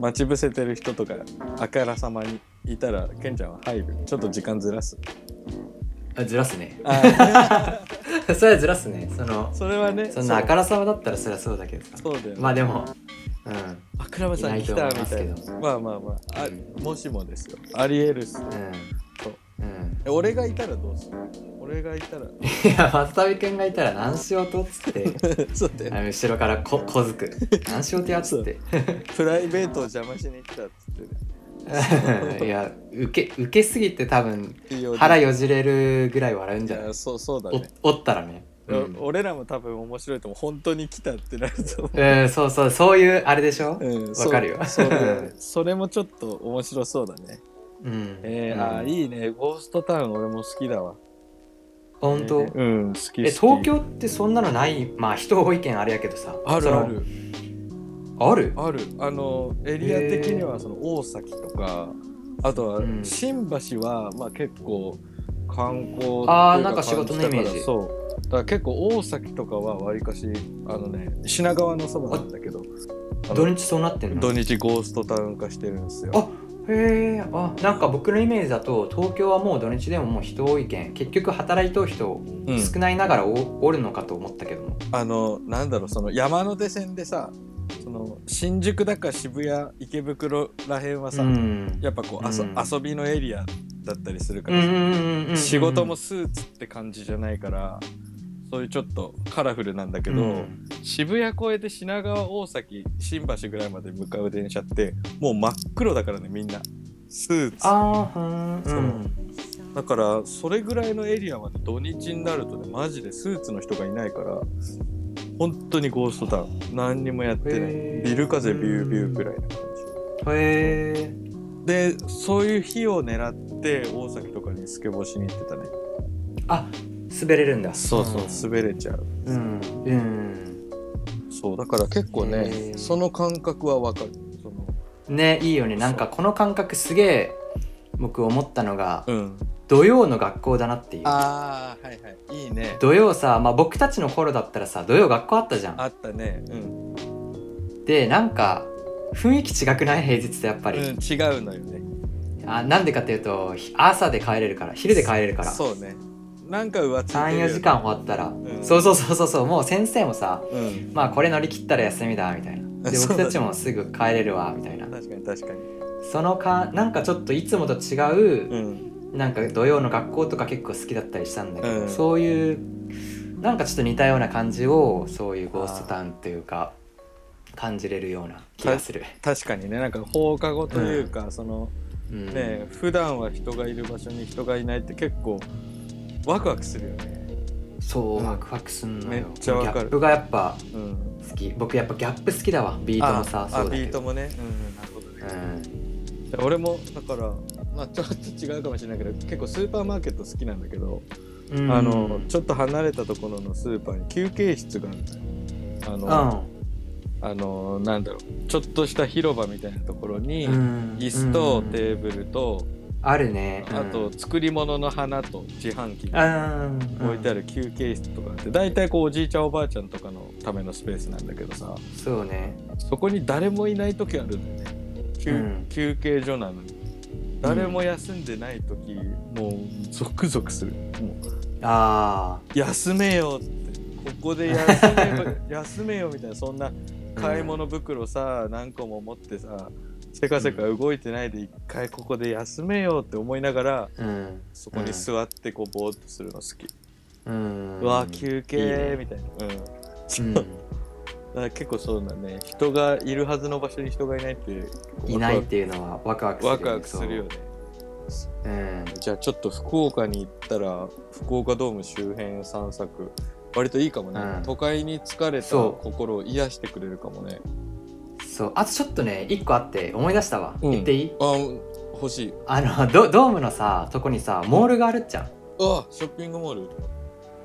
Speaker 1: 待ち伏せてる人とかあからさまにいたらケンちゃんは入るちょっと時間ずらす
Speaker 2: あずらすね
Speaker 1: あ
Speaker 2: それはずらすねその
Speaker 1: それはね
Speaker 2: そんなあからさまだったらそりゃそうだけどさ
Speaker 1: そうそうだよね
Speaker 2: まあでもうん
Speaker 1: あ倉間さん来
Speaker 2: い
Speaker 1: た
Speaker 2: ない
Speaker 1: み
Speaker 2: と思います
Speaker 1: た
Speaker 2: け
Speaker 1: い
Speaker 2: ど
Speaker 1: なまあまあまああもしもですよありえるっすそう
Speaker 2: うんうん
Speaker 1: え俺がいたらどうする俺がいたら
Speaker 2: いや松旅君がいたら何しようとっつって
Speaker 1: そうだよ
Speaker 2: あ
Speaker 1: ね
Speaker 2: の後ろからここづく何しようとやっつって
Speaker 1: プライベートを邪魔しに来たっつってね
Speaker 2: いや受け受けすぎて多分
Speaker 1: いいよ
Speaker 2: 腹よじれるぐらい笑うん
Speaker 1: い
Speaker 2: じゃない
Speaker 1: やそうそうだね
Speaker 2: おおったらねうん、
Speaker 1: 俺らも多分面白いと思う本当に来たってなると思
Speaker 2: うんそうそうそういうあれでしょ
Speaker 1: ううん
Speaker 2: わかるよ
Speaker 1: そうそうだ よねそれもちょっと面白そうだね
Speaker 2: うん
Speaker 1: えー
Speaker 2: うん
Speaker 1: あーいいねゴーストタウン俺も好きだわ
Speaker 2: 本当、
Speaker 1: えーうん好き好き
Speaker 2: え東京ってそんなのないまあ人多いけんあれやけどさ
Speaker 1: あ
Speaker 2: そ
Speaker 1: る
Speaker 2: の
Speaker 1: ある
Speaker 2: ある
Speaker 1: あるあのエリア的にはその大崎とかあとは
Speaker 2: うん
Speaker 1: 新橋はまあ結構観光っていう
Speaker 2: あーなんか仕事のイメー
Speaker 1: 感
Speaker 2: ジ
Speaker 1: じだからそうだから結構大崎とかはわりかしあのね品川のそばなんだけどあの
Speaker 2: 土日そうなってんの
Speaker 1: 土日ゴーストタウン化してるんですよ
Speaker 2: あへえあなんか僕のイメージだと東京はもう土日でももう人多いけん結局働いとう人
Speaker 1: うん
Speaker 2: 少ないながらお,、おるのかと思ったけども
Speaker 1: あのなんだろうその山手線でさその新宿だか渋谷池袋らへんは
Speaker 2: う
Speaker 1: さ、
Speaker 2: ん
Speaker 1: やっぱこう、あそ
Speaker 2: うん
Speaker 1: 遊びのエリアだったりするか
Speaker 2: うん
Speaker 1: ら
Speaker 2: う
Speaker 1: さ、
Speaker 2: んうんうん
Speaker 1: 仕事もスーツって感じじゃないからそういうちょっとカラフルなんだけど、
Speaker 2: うん
Speaker 1: 渋谷越えて品川大崎新橋ぐらいまで向かう電車ってもう真っ黒だからねみんなスーツ
Speaker 2: ああうんう
Speaker 1: そうんだからそれぐらいのエリアまで土日になるとねマジでスーツの人がいないから本当にゴーストタウン何にもやってな
Speaker 2: へ
Speaker 1: い
Speaker 2: ー
Speaker 1: ビル風ビュービューぐらいな感
Speaker 2: へえ
Speaker 1: じでそういう日を狙って大崎とかにスケボーしに行ってたね
Speaker 2: あ滑れるんだ
Speaker 1: 滑れちゃう
Speaker 2: うんうん、
Speaker 1: そうだから結構
Speaker 2: へ
Speaker 1: ね
Speaker 2: ー
Speaker 1: その感覚はわかるその
Speaker 2: うん、ねいいよねなんかこの感覚すげえ僕思ったのが
Speaker 1: うん
Speaker 2: 土曜の学校だなっていう
Speaker 1: ああはいはいいいね
Speaker 2: 土曜さ、まあ、僕たちの頃だったらさ土曜学校あったじゃん
Speaker 1: あったねうん、
Speaker 2: でなんか雰囲気違くない平日とやっぱ
Speaker 1: うん、違
Speaker 2: り、
Speaker 1: うのよね
Speaker 2: あなんでかっていうとひ朝で帰れるから昼で帰れるから
Speaker 1: そうねなんか浮ついてるよね
Speaker 2: 34時間終わったら、
Speaker 1: ん
Speaker 2: そうそうそうそうそうもう先生もさ
Speaker 1: うん
Speaker 2: まあこれ乗り切ったら休みだみたいなで
Speaker 1: そうだ
Speaker 2: 僕
Speaker 1: ね
Speaker 2: たちもすぐ帰れるわみたいな
Speaker 1: 確かに確かに
Speaker 2: そのかなんかちょっといつもと違う、
Speaker 1: うん
Speaker 2: なんか土曜の学校とか結構好きだったりしたんだけど、
Speaker 1: うん
Speaker 2: そういうなんかちょっと似たような感じをそういうゴーストタウンというか感じれるような気がする。
Speaker 1: 確かにねなんか放課後というか、その
Speaker 2: うん
Speaker 1: ね普段は人がいる場所に人がいないって結構ワクワクするよね
Speaker 2: そう、
Speaker 1: うん
Speaker 2: ワクワクすんのよ
Speaker 1: めっちゃわかる
Speaker 2: ギャップがやっぱ
Speaker 1: うん
Speaker 2: 好き僕やっぱギャップ好きだわビートもさ
Speaker 1: あ
Speaker 2: そ
Speaker 1: あビ
Speaker 2: うだけ
Speaker 1: ート
Speaker 2: ど
Speaker 1: もねうんなるほどね
Speaker 2: うん
Speaker 1: 俺もだからまあちょっと違うかもしれないけど結構スーパーマーケット好きなんだけど、
Speaker 2: うん
Speaker 1: あのちょっと離れたところのスーパーに休憩室があるんだよあ
Speaker 2: う
Speaker 1: の、
Speaker 2: ん
Speaker 1: あのなんだろうちょっとした広場みたいなところに、
Speaker 2: うん
Speaker 1: 椅子と
Speaker 2: うん
Speaker 1: テーブルと、
Speaker 2: あるね
Speaker 1: あと作り物の花と自販機が置いてあ
Speaker 2: る
Speaker 1: る休憩室とかあって大体こうおじいちゃんおばあちゃんとかのためのスペースなんだけどさ
Speaker 2: そうね
Speaker 1: そこに誰もいない時あるんだよね休,、
Speaker 2: うん
Speaker 1: 休憩所なのに誰も休んでない時、もうゾクゾクするもう
Speaker 2: あ
Speaker 1: 休めよってここで休め ば休めよみたいなそんな
Speaker 2: ー
Speaker 1: 買い物袋さ何個も持ってさせかせか動いてないで一回ここで休めよって思いながら
Speaker 2: うん
Speaker 1: そこに座ってこうぼーっとするの好き。
Speaker 2: うん
Speaker 1: うわ休
Speaker 2: いい
Speaker 1: 憩
Speaker 2: ね
Speaker 1: みたいな、うんだか
Speaker 2: うん
Speaker 1: ら結構そうだね人がいるはずの場所に人がいないって結構
Speaker 2: いないっていうのはワクワクする
Speaker 1: ワクワクするよね
Speaker 2: そううん
Speaker 1: じゃあちょっと福岡に行ったら福岡ドーム周辺散策割といいかもね、
Speaker 2: うん
Speaker 1: 都会に疲れた
Speaker 2: そう
Speaker 1: 心を癒してくれるかもね
Speaker 2: そうあとちょっとね一個あって思い出したわ
Speaker 1: うん
Speaker 2: 言っていい
Speaker 1: あ欲しい
Speaker 2: あのドドームのさとこにさモールがあるっちゃん
Speaker 1: あショッピングモール、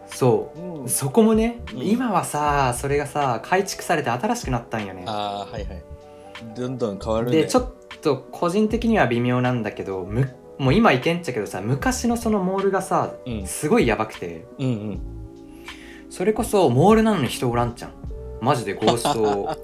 Speaker 2: そう
Speaker 1: うん
Speaker 2: そこもね、
Speaker 1: うん
Speaker 2: 今はさそれがさ改築されて新しくなったんよね
Speaker 1: あーはいはいどんどん変わるね
Speaker 2: でちょ
Speaker 1: っ
Speaker 2: っと個人的には微妙なんだけどむもう今いけんっちゃけどさ昔のそのモールがさ
Speaker 1: と、うん、
Speaker 2: すごいやばくて
Speaker 1: うんうん
Speaker 2: それこそモールなのに人おらんじゃんマジでゴース ト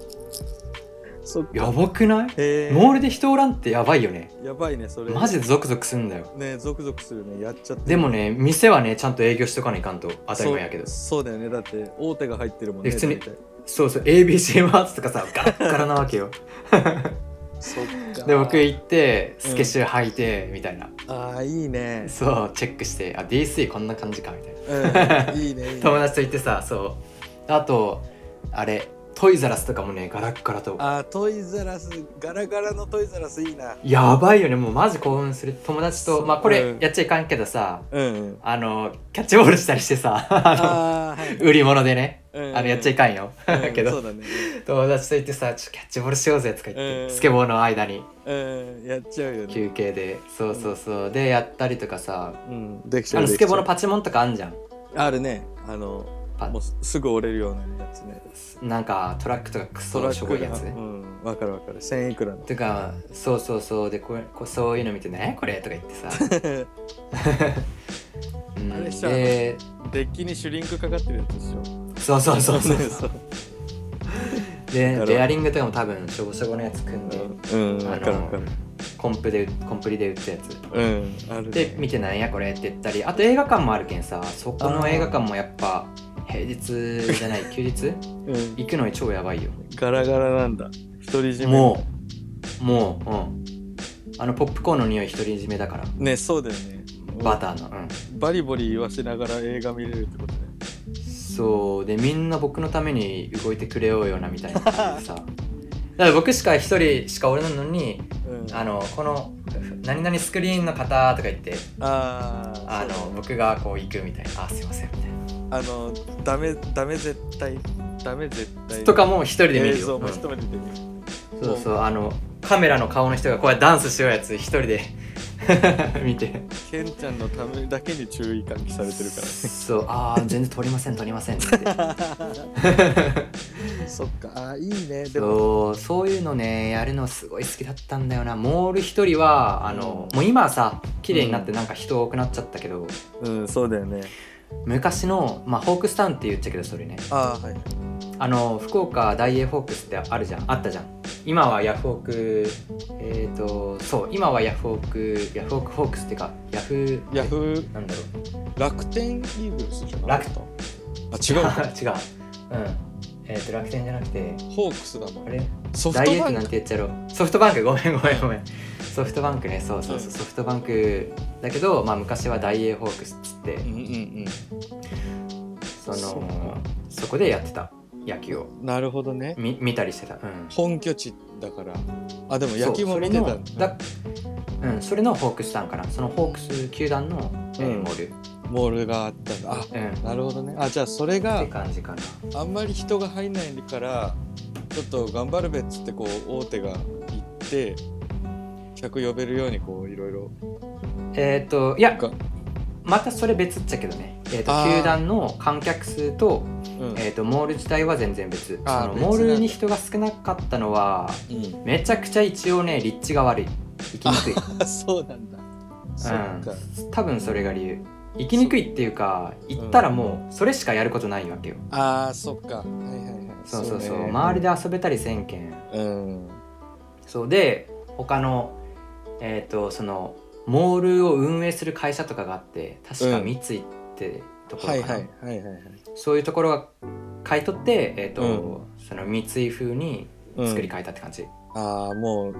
Speaker 1: そっか
Speaker 2: やばくない
Speaker 1: へー
Speaker 2: モールで人おらんってやばいよね
Speaker 1: やばいねそれ
Speaker 2: マジでゾクゾクすんだよ
Speaker 1: ねゾクゾクするねやっちゃってる
Speaker 2: でもね店はねちゃんと営業しとかないかんと当たり前やけど
Speaker 1: そうそうだよねだって大手が入ってるもんね
Speaker 2: で普通に
Speaker 1: 大体
Speaker 2: そうそう ABC マーツとかさガラッガラなわけよ
Speaker 1: そっか
Speaker 2: で僕行ってスケシュー履いてみたいな、
Speaker 1: ああいいね、
Speaker 2: そうチェックしてあ DC こんな感じかみたいな
Speaker 1: うん、いいねいいね
Speaker 2: 友達と行ってさそうあとあれトイザラスとかもねガラッガラと
Speaker 1: あートイザラスガラガラのトイザラスいいな
Speaker 2: やばいよねもうマジ興奮する友達
Speaker 1: そ
Speaker 2: と
Speaker 1: う
Speaker 2: まあこれ
Speaker 1: うん
Speaker 2: やっちゃいかんけどさ、
Speaker 1: うん
Speaker 2: あのキャッチボールしたりしてさあ
Speaker 1: あー、はい
Speaker 2: の売り物でね
Speaker 1: うん
Speaker 2: あのやっちゃいかんよ、
Speaker 1: うん
Speaker 2: け
Speaker 1: そ
Speaker 2: ど
Speaker 1: うだね
Speaker 2: 友達と行ってさちょっとキャッチボールしようぜとか言って、
Speaker 1: うん
Speaker 2: スケボーの間に
Speaker 1: うんやっちゃうよね
Speaker 2: 休憩でそうそうそうでやったりとかさ
Speaker 1: うんできちゃ
Speaker 2: あ
Speaker 1: う
Speaker 2: のスケボーの
Speaker 1: でき
Speaker 2: パチモンとかあんじゃん
Speaker 1: ちゃうあるねあの
Speaker 2: パ
Speaker 1: もうすぐ折れるようなやつね
Speaker 2: なんかトラックとかクソしょぼいやつ
Speaker 1: がうんわかるわかる千いくらの
Speaker 2: とかそうそうそうでこれこうそういうの見て「ねこれ」とか言ってさ、 うん
Speaker 1: あれでしょ
Speaker 2: で
Speaker 1: デッキにシュリンクかかってるやつでしょ
Speaker 2: そうそうそ うそう
Speaker 1: そう
Speaker 2: で
Speaker 1: る
Speaker 2: ベアリングとかも多分しょぼしょぼのやつ組んで、
Speaker 1: うんわかるわかる
Speaker 2: あのコンプでコンプリで売ったやつ
Speaker 1: うんある
Speaker 2: で見てなんやこれって言ったりあと映画館もあるけんさそこ
Speaker 1: あ
Speaker 2: の
Speaker 1: ー
Speaker 2: 映画館もやっぱ平日じゃない休日
Speaker 1: うん
Speaker 2: 行くのに超やばいよ
Speaker 1: ガラガラなんだ独り占め
Speaker 2: もうもううんあのポップコーンの匂い独り占めだから
Speaker 1: うねそうだよね
Speaker 2: バターのうん
Speaker 1: バリボリ言わせながら映画見れるってことね
Speaker 2: そうでみんな僕のために動いてくれようよなみたいな感じ でさだから僕しか一人しかおらんのに
Speaker 1: うん
Speaker 2: あのこの「何々スクリーンの方」とか言って
Speaker 1: あー
Speaker 2: あ
Speaker 1: そ
Speaker 2: の
Speaker 1: う
Speaker 2: 僕がこう行くみたいな「あすいません」みたいな
Speaker 1: あのダメダメ絶対ダメ絶対
Speaker 2: とかも一人で見
Speaker 1: 映
Speaker 2: るよ、
Speaker 1: 像も
Speaker 2: うん
Speaker 1: 一人で見る、
Speaker 2: そうそうあのカメラの顔の人がこうやってダンスしようやつ一人で 見 て
Speaker 1: ケンちゃんのためだけに注意喚起されてるから
Speaker 2: そうああ全然撮りません撮りませんって言って
Speaker 1: そっかあーいいねでも
Speaker 2: そうそういうのねやるのすごい好きだったんだよなモール一人はあのもう今はさ綺麗になってなんか人多くなっちゃったけど、
Speaker 1: うんそうだよね
Speaker 2: 昔の、まあ、ホークスタウンって言っちゃうけどそれね
Speaker 1: ああはい
Speaker 2: あの福岡大英ホークスってあるじゃんあったじゃん今はヤフオクえっ、とそう今はヤフオクヤフオクホークスってかヤフー
Speaker 1: ヤフー
Speaker 2: なんだろう
Speaker 1: 楽天イーグルスじゃなか
Speaker 2: 楽
Speaker 1: ったあ違うか
Speaker 2: 違ううんえっ、と楽天じゃなくて
Speaker 1: ホークスだも
Speaker 2: あ
Speaker 1: ん
Speaker 2: れ
Speaker 1: ソフ
Speaker 2: ダイ
Speaker 1: ト
Speaker 2: エー
Speaker 1: バ
Speaker 2: ト
Speaker 1: ン
Speaker 2: なん
Speaker 1: ク
Speaker 2: て言っちゃろソフトバンクごめんごめんごめんソフトバンクねそうそうそうソフトバンクだけど、まあ、昔はダイエーホークスっつって
Speaker 1: うんうん
Speaker 2: その
Speaker 1: そう
Speaker 2: そこでやってた野球を
Speaker 1: うんなるほどね
Speaker 2: み見たりしてた、うん、
Speaker 1: 本拠地だからあでも野球も見てた
Speaker 2: そうそれのだうん、それのホークスタウンかなそのホークス球団の、えー
Speaker 1: うん
Speaker 2: モール、
Speaker 1: モールがあったんだあ
Speaker 2: うん、っ
Speaker 1: なるほどねあじゃあそれが
Speaker 2: て感じかな
Speaker 1: あんまり人が入んないからちょっと頑張るべっつってこう大手が行って客呼べるようにこういろいろ
Speaker 2: えっ、といや
Speaker 1: が
Speaker 2: またそれ別っちゃけどね、えー、と
Speaker 1: あー
Speaker 2: 球団の観客数と,、
Speaker 1: うん
Speaker 2: えー、とモール自体は全然別
Speaker 1: あー
Speaker 2: その
Speaker 1: 別なんだ
Speaker 2: モールに人が少なかったのは
Speaker 1: うん
Speaker 2: めちゃくちゃ一応ね立地が悪い行きにくい、
Speaker 1: あ そうなんだそっか
Speaker 2: うん、多分それが理由行きにくいっていうか行ったらもうそれしかやることないわけよ、
Speaker 1: あーそっかはいはいはい
Speaker 2: そうそうそう
Speaker 1: ね
Speaker 2: 周りで遊べたりせんけん
Speaker 1: うん
Speaker 2: そうで他のえっ、とそのモールを運営する会社とかがあって確か
Speaker 1: うん
Speaker 2: 三井ってとこ
Speaker 1: は
Speaker 2: ろ
Speaker 1: い
Speaker 2: かな、
Speaker 1: はいはいはいはい
Speaker 2: そういうところが買い取って、えーと
Speaker 1: う
Speaker 2: その三井風に
Speaker 1: うん
Speaker 2: 作り変えたって感じ、
Speaker 1: ああも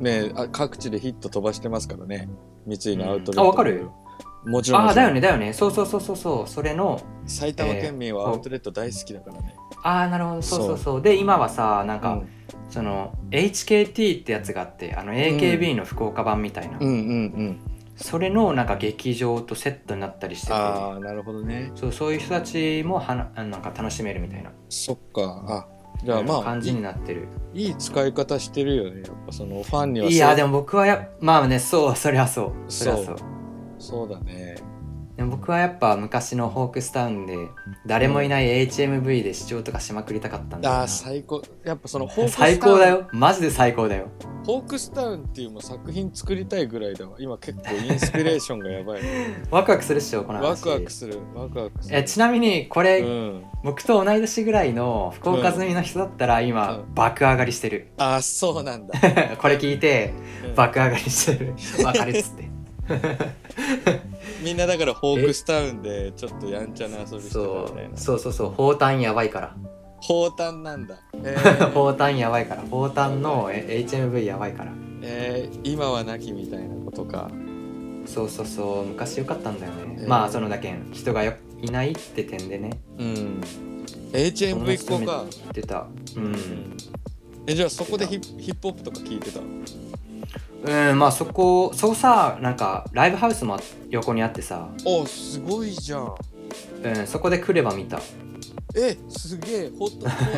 Speaker 1: うねあ各地でヒット飛ばしてますからね三井のアウトレット、
Speaker 2: あわかる
Speaker 1: もちろん
Speaker 2: あ
Speaker 1: も
Speaker 2: あ
Speaker 1: ちろん
Speaker 2: だよねだよねそうそうそうそうそうそれの
Speaker 1: 埼玉県民はアウトレット大好きだからね、
Speaker 2: ああなるほどそうそうそうで今はさなんか、その HKT ってやつがあってあの AKB の福岡版みたいな、
Speaker 1: うん、うんうんうん
Speaker 2: それのなんか劇場とセットになったりしてて
Speaker 1: ああなるほどね
Speaker 2: そうそういう人たちもはななんか楽しめるみたいな
Speaker 1: そっかあじゃあまあ
Speaker 2: 感じになってる
Speaker 1: いい使い方してるよねやっぱそのファンにはそう
Speaker 2: いやでも僕はやまあねそうそれはそうそれはそう
Speaker 1: そうそうだね
Speaker 2: でも僕はやっぱ昔のホークスタウンで誰もいない HMV で視聴とかしまくりたかったんだよな
Speaker 1: あー最高やっぱそのホークスタウン
Speaker 2: 最高だよマジで最高だよ
Speaker 1: ホークスタウンっていうもう作品作りたいぐらいだわ今結構インスピレーションがやば い
Speaker 2: ワクワクするっしょこの話
Speaker 1: ワクワクするワクワクする
Speaker 2: えちなみにこれ、
Speaker 1: うん、
Speaker 2: 僕と同い年ぐらいの福岡住みの人だったら今、
Speaker 1: うん
Speaker 2: 爆上がりしてる
Speaker 1: あーそうなん だ、
Speaker 2: これ聞いて
Speaker 1: うん
Speaker 2: 爆上がりしてるわかるっつって
Speaker 1: みんなだからホークスタウンでちょっとやんちゃな遊びしてたみ
Speaker 2: そ
Speaker 1: たいな
Speaker 2: うそうそうそう砲弾やばいから
Speaker 1: 砲弾なんだ、え
Speaker 2: 砲
Speaker 1: ー
Speaker 2: 弾やばいから砲弾のえ HMV やばいから
Speaker 1: えー今はなきみたいなことか
Speaker 2: そうそうそう昔良かったんだよね、
Speaker 1: えー
Speaker 2: まあそのだけん人がよいないって点でね
Speaker 1: うん
Speaker 2: 友達
Speaker 1: HMV
Speaker 2: と
Speaker 1: 効
Speaker 2: め
Speaker 1: 果
Speaker 2: てたうん、
Speaker 1: えじゃあそこでヒップヒップホップとか聞いてた
Speaker 2: うん、まあそこそうさなんかライブハウスも横にあってさ、
Speaker 1: おすごいじゃん
Speaker 2: うん、そこで来れば 見た
Speaker 1: えすげ えほっ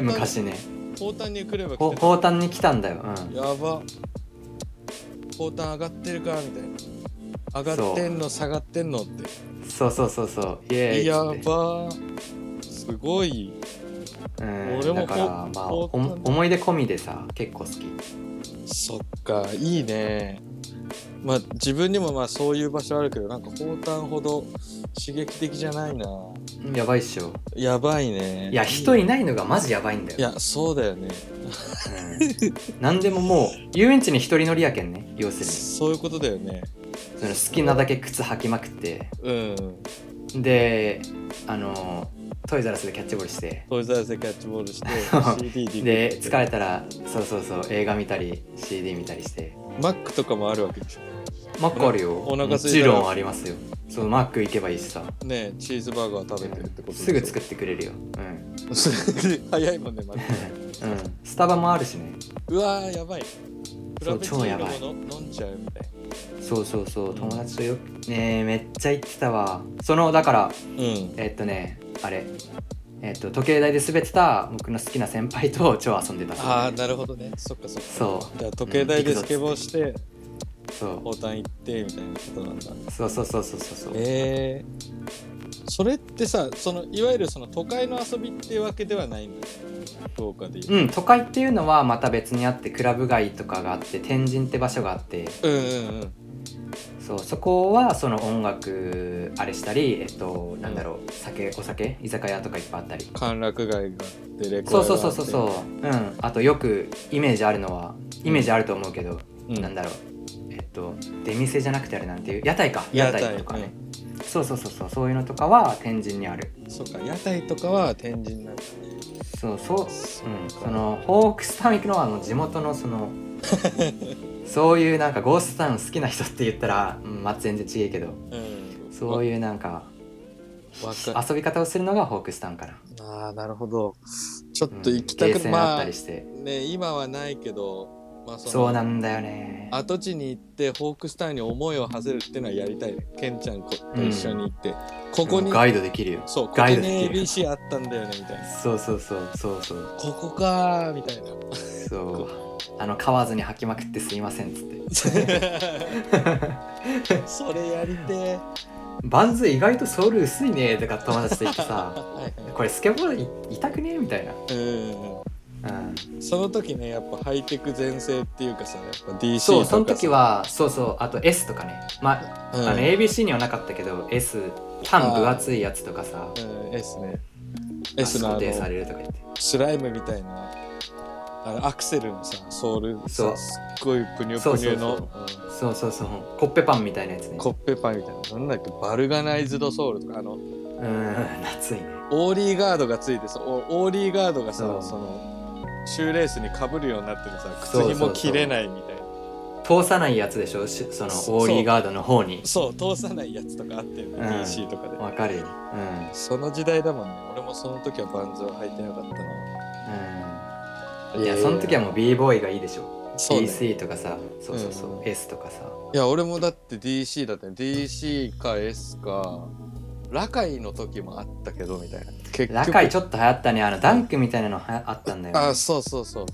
Speaker 2: 昔ね
Speaker 1: 砲弾に来れば
Speaker 2: ほ
Speaker 1: 来てた
Speaker 2: 砲弾に来たんだよ、うん、
Speaker 1: やば砲弾上がってるかみたいな上がってんの下がってんのって
Speaker 2: そうそうそうそうイエーイっつって
Speaker 1: やばーすごい
Speaker 2: うん、
Speaker 1: 俺も
Speaker 2: だからまあ
Speaker 1: ほ
Speaker 2: お
Speaker 1: ほう
Speaker 2: 思い出込みでさ結構好き
Speaker 1: そっかいいねまあ自分にもまあそういう場所あるけどなんか砲弾ほど刺激的じゃないな
Speaker 2: やばいっしょ
Speaker 1: やばいね
Speaker 2: いや人いないのがマジやばいんだよ
Speaker 1: いやそうだよね
Speaker 2: 何でももう遊園地に一人乗りやけんね要するに
Speaker 1: そういうことだよね
Speaker 2: その好きなだけ靴履きまくって
Speaker 1: うん
Speaker 2: であのトイザらスでキャッチボールして
Speaker 1: トイザらスでキャッチボール して CD で
Speaker 2: で疲れたらそうそうそう映画見たり CD 見たりして
Speaker 1: マックとかもあるわけでし
Speaker 2: マックあるよ
Speaker 1: お腹
Speaker 2: も
Speaker 1: すいた
Speaker 2: ち
Speaker 1: ら
Speaker 2: ろんありますよそうマック行けばいいしさ
Speaker 1: ょねえチーズバーガー食べてるってことでしょ
Speaker 2: すぐ作ってくれるようん
Speaker 1: 早いもんねマック
Speaker 2: うんスタバもあるしね
Speaker 1: うわーやばいフ
Speaker 2: そ
Speaker 1: ラ
Speaker 2: う
Speaker 1: ペチーノ
Speaker 2: 超やばい
Speaker 1: もの飲んじゃうみたい
Speaker 2: そうそうそう友達とよねえめっちゃ行ってたわそのだから
Speaker 1: うん
Speaker 2: えっとねあれえっと時計台で滑ってた僕の好きな先輩と超遊んでた
Speaker 1: ああなるほどねそっかそっか
Speaker 2: そ
Speaker 1: じゃあ時計台でスケボーして
Speaker 2: うそう
Speaker 1: ボタン行ってみたいなことなんだ
Speaker 2: そうそうそうそうそうそう
Speaker 1: えー、それってさそのいわゆるその都会の遊びってわけではないんだ福岡でいう
Speaker 2: うん、都会っていうのはまた別にあってクラブ街とかがあって天神って場所があって
Speaker 1: うんうんうん
Speaker 2: そうそこはその音楽あれしたりえっとなんだろう酒お酒居酒屋とかいっぱいあったり
Speaker 1: 歓楽街があってレコ
Speaker 2: そ
Speaker 1: ー
Speaker 2: う
Speaker 1: ド
Speaker 2: そうそうそうそううんあとよくイメージあるのはイメージあると思うけど、
Speaker 1: うん
Speaker 2: なんだろうえっと出店じゃなくてあれなんていう屋台か
Speaker 1: 屋
Speaker 2: 屋
Speaker 1: 台
Speaker 2: 台とかね、そうそうそうそうそういうのとかは天神にある
Speaker 1: そうか屋台とかは天神なんだ
Speaker 2: そうそううん、
Speaker 1: そ
Speaker 2: そのホークスタウン行くのはあの地元の そのそういうなんかゴーストタウン好きな人って言ったら、うん、まあ全然違えけど
Speaker 1: うん
Speaker 2: そういうなんか
Speaker 1: わか
Speaker 2: 遊び方をするのがホークスタウンから、
Speaker 1: ああなるほどちょっ
Speaker 2: うん、
Speaker 1: と行きた
Speaker 2: ゲー
Speaker 1: く
Speaker 2: センあっ
Speaker 1: ま
Speaker 2: た
Speaker 1: あ
Speaker 2: りして、
Speaker 1: ね今はないけど、まあ、その
Speaker 2: そうなんだよね
Speaker 1: 跡地に行ってホークスタウンに思いを馳せるっていうのはやりたいねケンちゃんこと一緒に行って、ここに、
Speaker 2: ガイドできるよ
Speaker 1: そうここ
Speaker 2: ガ
Speaker 1: に
Speaker 2: イドできる
Speaker 1: ABC あったんだよねみたいな
Speaker 2: そうそうそうそうそう
Speaker 1: ここかーみ たいな
Speaker 2: そうあの買わずに履きまくってすいませんっつって
Speaker 1: それやりてー
Speaker 2: バンズ意外とソール薄いねとか友達と言っ てさ
Speaker 1: はいは
Speaker 2: これスケボーい痛くねみたいな、
Speaker 1: いうん
Speaker 2: うん、
Speaker 1: その時ねやっぱハイテク全盛っていうかさやっぱ DC とかさ
Speaker 2: そうその時、はそうそうあと S とかねまあ,、
Speaker 1: うん、
Speaker 2: あの ABC にはなかったけど S 単分厚いやつとかさ
Speaker 1: うん S ね
Speaker 2: あ
Speaker 1: S のあ
Speaker 2: 想定さ
Speaker 1: の
Speaker 2: れるとか言って
Speaker 1: スライムみたいなあのアクセルのさソール
Speaker 2: そ
Speaker 1: さ
Speaker 2: う
Speaker 1: すっごいプニュプニュの
Speaker 2: そうそうそうそうコッペパンみたいなやつね
Speaker 1: コッペパンみたいななんだっけバルガナイズドソールとかあの
Speaker 2: うん夏いね
Speaker 1: オーリーガードがついてさオオーリーガードがさ
Speaker 2: そう
Speaker 1: そのシューレースにかぶるようになってるさ
Speaker 2: そう
Speaker 1: 靴
Speaker 2: そうそう
Speaker 1: 紐切れないみたいな
Speaker 2: 通さないやつでしょしその
Speaker 1: そう
Speaker 2: オーリーガードの方に
Speaker 1: そう通さないやつとかあってよね、
Speaker 2: うん
Speaker 1: DC とかで
Speaker 2: わかるようん
Speaker 1: その時代だもんね俺もその時はバンズは履いてなかったな
Speaker 2: うんいやその時はもう b ボーイがいいでしょ
Speaker 1: そう、ね、
Speaker 2: DC とかさそうそうそう、
Speaker 1: うん
Speaker 2: S とかさ
Speaker 1: いや俺もだって DC だったよ DC か S かラカイの時もあったけどみたいな結局
Speaker 2: ラカイちょっと流行ったねあのダンクみたいなのはやあったんだよ
Speaker 1: あそうそうそう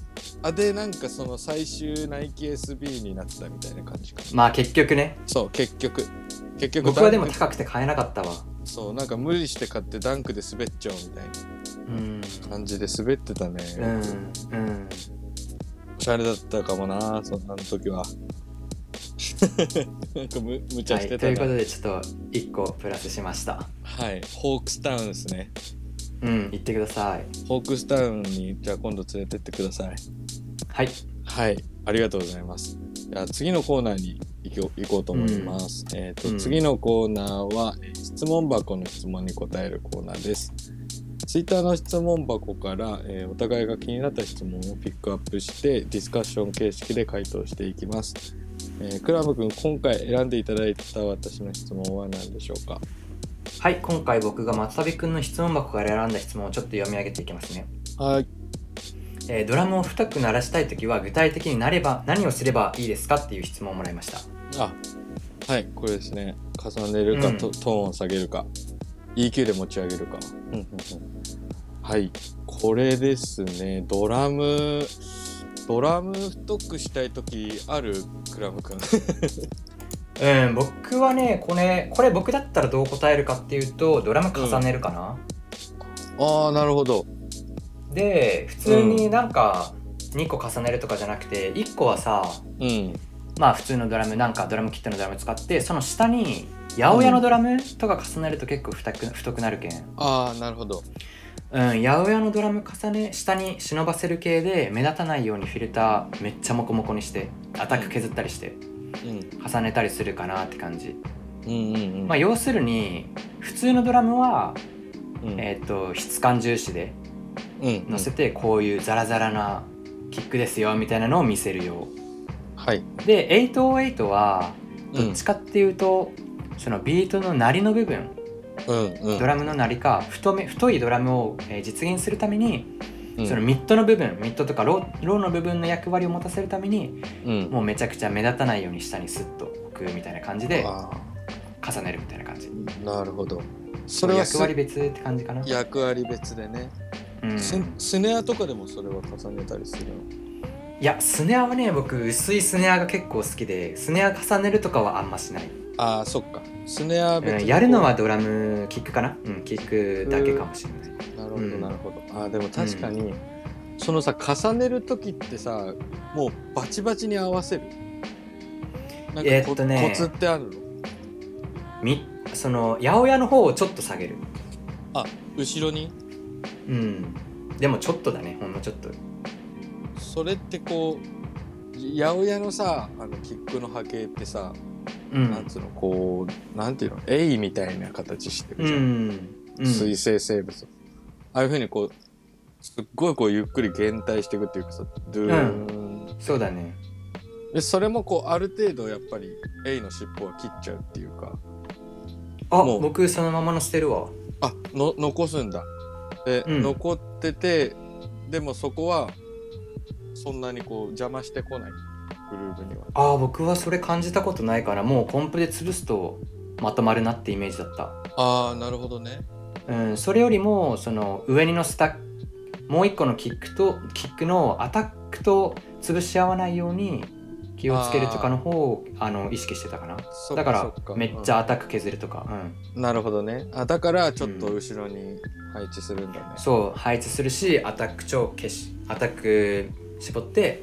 Speaker 1: あでなんかその最終ナイキ SB になってたみたいな感じか
Speaker 2: まあ結局ね
Speaker 1: そう結局結局
Speaker 2: 僕はでも
Speaker 1: ダンク
Speaker 2: 高くて買えなかったわ
Speaker 1: そうなんか無理して買ってダンクで滑っちゃうみたいな
Speaker 2: うん
Speaker 1: 感じで滑ってたね、
Speaker 2: うんうん
Speaker 1: おしゃれだったかもなそんな時は なんかむ無茶
Speaker 2: は
Speaker 1: し
Speaker 2: い、
Speaker 1: て
Speaker 2: と
Speaker 1: た
Speaker 2: いう
Speaker 1: な
Speaker 2: ことでちょっと1個プラスしました
Speaker 1: はい、ホークスタウンですね。
Speaker 2: うん言ってください
Speaker 1: ホークスタウンにじゃあ今度連れてってください。
Speaker 2: はい
Speaker 1: はい、ありがとうございます。じゃあ次のコーナーに行こう行こうと思います。えっ、と、
Speaker 2: うん
Speaker 1: 次のコーナーはえー質問箱の質問に答えるコーナーです。ツイッターの質問箱から、えーお互いが気になった質問をピックアップしてディスカッション形式で回答していきます。えークラム君、今回選んでいただいた私の質問は何でしょうか
Speaker 2: はい今回僕が松旅くんの質問箱から選んだ質問をちょっと読み上げていきますね、
Speaker 1: はい。
Speaker 2: えードラムを太く鳴らしたい時は具体的になれば何をすればいいですかっていう質問をもらいました
Speaker 1: あはいこれですね重ねるか、と
Speaker 2: うん
Speaker 1: トーンを下げるか EQ で持ち上げるか、うんうんうんはいこれですねドラムドラム太くしたい時あるクラムくん
Speaker 2: うん僕はねこれこれ僕だったらどう答えるかっていうとドラム重ねるかな、
Speaker 1: ああなるほど
Speaker 2: で普通になんか2個重ねるとかじゃなくて1個はさ
Speaker 1: うん
Speaker 2: まあ普通のドラムなんかドラムキットのドラム使ってその下に八百屋のドラムとか重ねると結構太く太くなるけん
Speaker 1: ああなるほど
Speaker 2: うん、八百屋のドラム重ね下に忍ばせる系で目立たないようにフィルターめっちゃモコモコにしてアタック削ったりして
Speaker 1: うん
Speaker 2: 重ねたりするかなって感じ、
Speaker 1: うんうんうん
Speaker 2: まあ、要するに普通のドラムは、
Speaker 1: うん
Speaker 2: えー、と質感重視で
Speaker 1: うん
Speaker 2: 乗せてこういうザラザラなキックですよみたいなのを見せるよ
Speaker 1: はい、
Speaker 2: で808は
Speaker 1: う
Speaker 2: ど
Speaker 1: ん
Speaker 2: っちかっていうと、そのビートの鳴りの部分
Speaker 1: うんうん
Speaker 2: ドラムの鳴りか太め太いドラムをえー実現するために
Speaker 1: うん
Speaker 2: そのミッドの部分ミッドとかローローの部分の役割を持たせるために
Speaker 1: うん
Speaker 2: もうめちゃくちゃ目立たないように下にスッと置くみたいな感じで
Speaker 1: あ
Speaker 2: 重ねるみたいな感じ
Speaker 1: ーなるほどそれはす
Speaker 2: 役割別って感じかな、
Speaker 1: 役割別でね、
Speaker 2: うん、
Speaker 1: ススネアとかでもそれは重ねたりするの
Speaker 2: いやスネアはね僕薄いスネアが結構好きでスネア重ねるとかはあんましない、
Speaker 1: ああそっかスネアは別
Speaker 2: う
Speaker 1: に
Speaker 2: ん、やるのはドラムキックかな、うん、キックだけかもしれない
Speaker 1: なるほ
Speaker 2: う
Speaker 1: ど
Speaker 2: ん
Speaker 1: なるほど、あーでも確かに、そのさ重ねる時ってさもうバチバチに合わせるなんか
Speaker 2: え
Speaker 1: コ,、
Speaker 2: っとね
Speaker 1: コツってあるの
Speaker 2: みその八百屋の方をちょっと下げる
Speaker 1: あ後ろに
Speaker 2: うんでもちょっとだねほんのちょっと
Speaker 1: それってこう八百屋のさあのキックの波形ってさ、
Speaker 2: う
Speaker 1: なん
Speaker 2: ん
Speaker 1: つうのこうなんていうのエイみたいな形して
Speaker 2: う
Speaker 1: るじゃん、
Speaker 2: んうん
Speaker 1: 水生生物ああいうふうにこうすっごいこうゆっくり減退していくっていうかさドゥーン、
Speaker 2: そうだね
Speaker 1: でそれもこうある程度やっぱりエイの尻尾は切っちゃうっていうか
Speaker 2: あ
Speaker 1: もう
Speaker 2: 僕そのままの捨てるわ
Speaker 1: あの残すんだで、
Speaker 2: うん
Speaker 1: 残っててでもそこはそんなにこう邪魔してこないグルーブには
Speaker 2: あー僕はそれ感じたことないからもうコンプで潰すとまとまるなってイメージだった
Speaker 1: ああなるほどね
Speaker 2: うん、それよりもその上に乗せたもう一個のキックとキックのアタックと潰し合わないように気をつけるとかの方をあの意識してたかな
Speaker 1: そっ
Speaker 2: だから
Speaker 1: そっ
Speaker 2: めっちゃアタック削るとか、うん
Speaker 1: うんなるほどねあだからちょっと後ろに配置するんだね、
Speaker 2: そう配置するしアタック超消しアタック絞って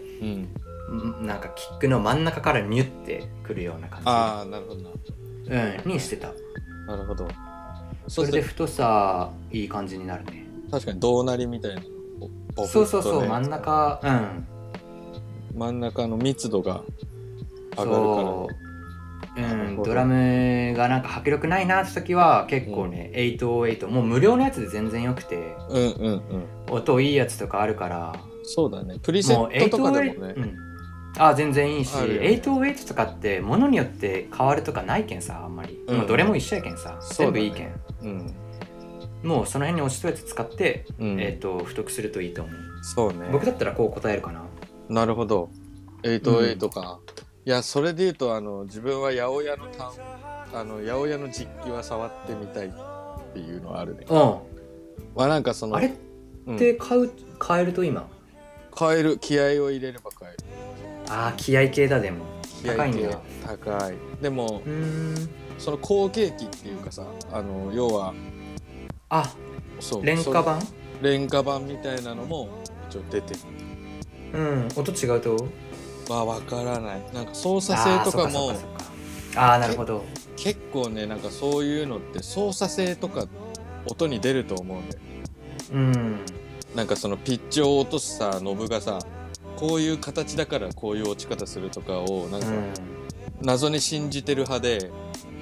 Speaker 1: うん、
Speaker 2: んなんかキックの真ん中からニュってくるような感
Speaker 1: ああなるほど
Speaker 2: じ、うん、にしてた
Speaker 1: なるほど
Speaker 2: そ
Speaker 1: そ
Speaker 2: れ
Speaker 1: し
Speaker 2: で
Speaker 1: て
Speaker 2: 太さいい感じになるね
Speaker 1: 確かに胴なりみたいなのをボフッとね
Speaker 2: そうそうそう真ん中うん
Speaker 1: 真ん中の密度が上がるからね
Speaker 2: そう、う
Speaker 1: なる
Speaker 2: ん、
Speaker 1: ほど
Speaker 2: ドラムがなんか迫力ないなって時は結構ね、808もう無料のやつで全然よくて
Speaker 1: うんうんうん
Speaker 2: 音いいやつとかあるから
Speaker 1: そうだねプリセ
Speaker 2: もう
Speaker 1: ットとかで
Speaker 2: 808、
Speaker 1: もね
Speaker 2: うん、あ全然いいし、
Speaker 1: あるよね
Speaker 2: 808とかってものによって変わるとかないけんさあんまり、
Speaker 1: うん
Speaker 2: もうどれも一緒やけんさ
Speaker 1: そう
Speaker 2: 全
Speaker 1: だ
Speaker 2: 部
Speaker 1: ね
Speaker 2: いいけん、
Speaker 1: うん
Speaker 2: もうその辺に落ちたやつ使って、
Speaker 1: うん
Speaker 2: えっと太くするといいと思う、
Speaker 1: そうね
Speaker 2: 僕だったらこう答えるかな
Speaker 1: なるほど808か、いやそれで言うとあの自分は八百屋の単あの八百屋の実機は触ってみたいっていうのはあるね
Speaker 2: う
Speaker 1: まあなんかそ
Speaker 2: ん
Speaker 1: の
Speaker 2: あれっ
Speaker 1: うん
Speaker 2: て買う買えると今
Speaker 1: 買える気合を入れれば買える
Speaker 2: あー気合系だでも
Speaker 1: 気合
Speaker 2: 高いん
Speaker 1: 系
Speaker 2: だ
Speaker 1: 高いでも
Speaker 2: うーん
Speaker 1: その好景気っていうかさあの要は
Speaker 2: あ
Speaker 1: そう
Speaker 2: 廉価版
Speaker 1: それ廉価版みたいなのも一応出てる
Speaker 2: うん音違うと
Speaker 1: まあわからないなんか操作
Speaker 2: あー
Speaker 1: 性とかも
Speaker 2: そっそっかそっかああなるほど
Speaker 1: 結構ねなんかそういうのって操作性とか音に出ると思うんだよ
Speaker 2: うん
Speaker 1: なんかそのピッチを落とすさノブがさこういう形だからこういう落ち方するとかをなん
Speaker 2: う
Speaker 1: か
Speaker 2: ん
Speaker 1: 謎に信じてる派で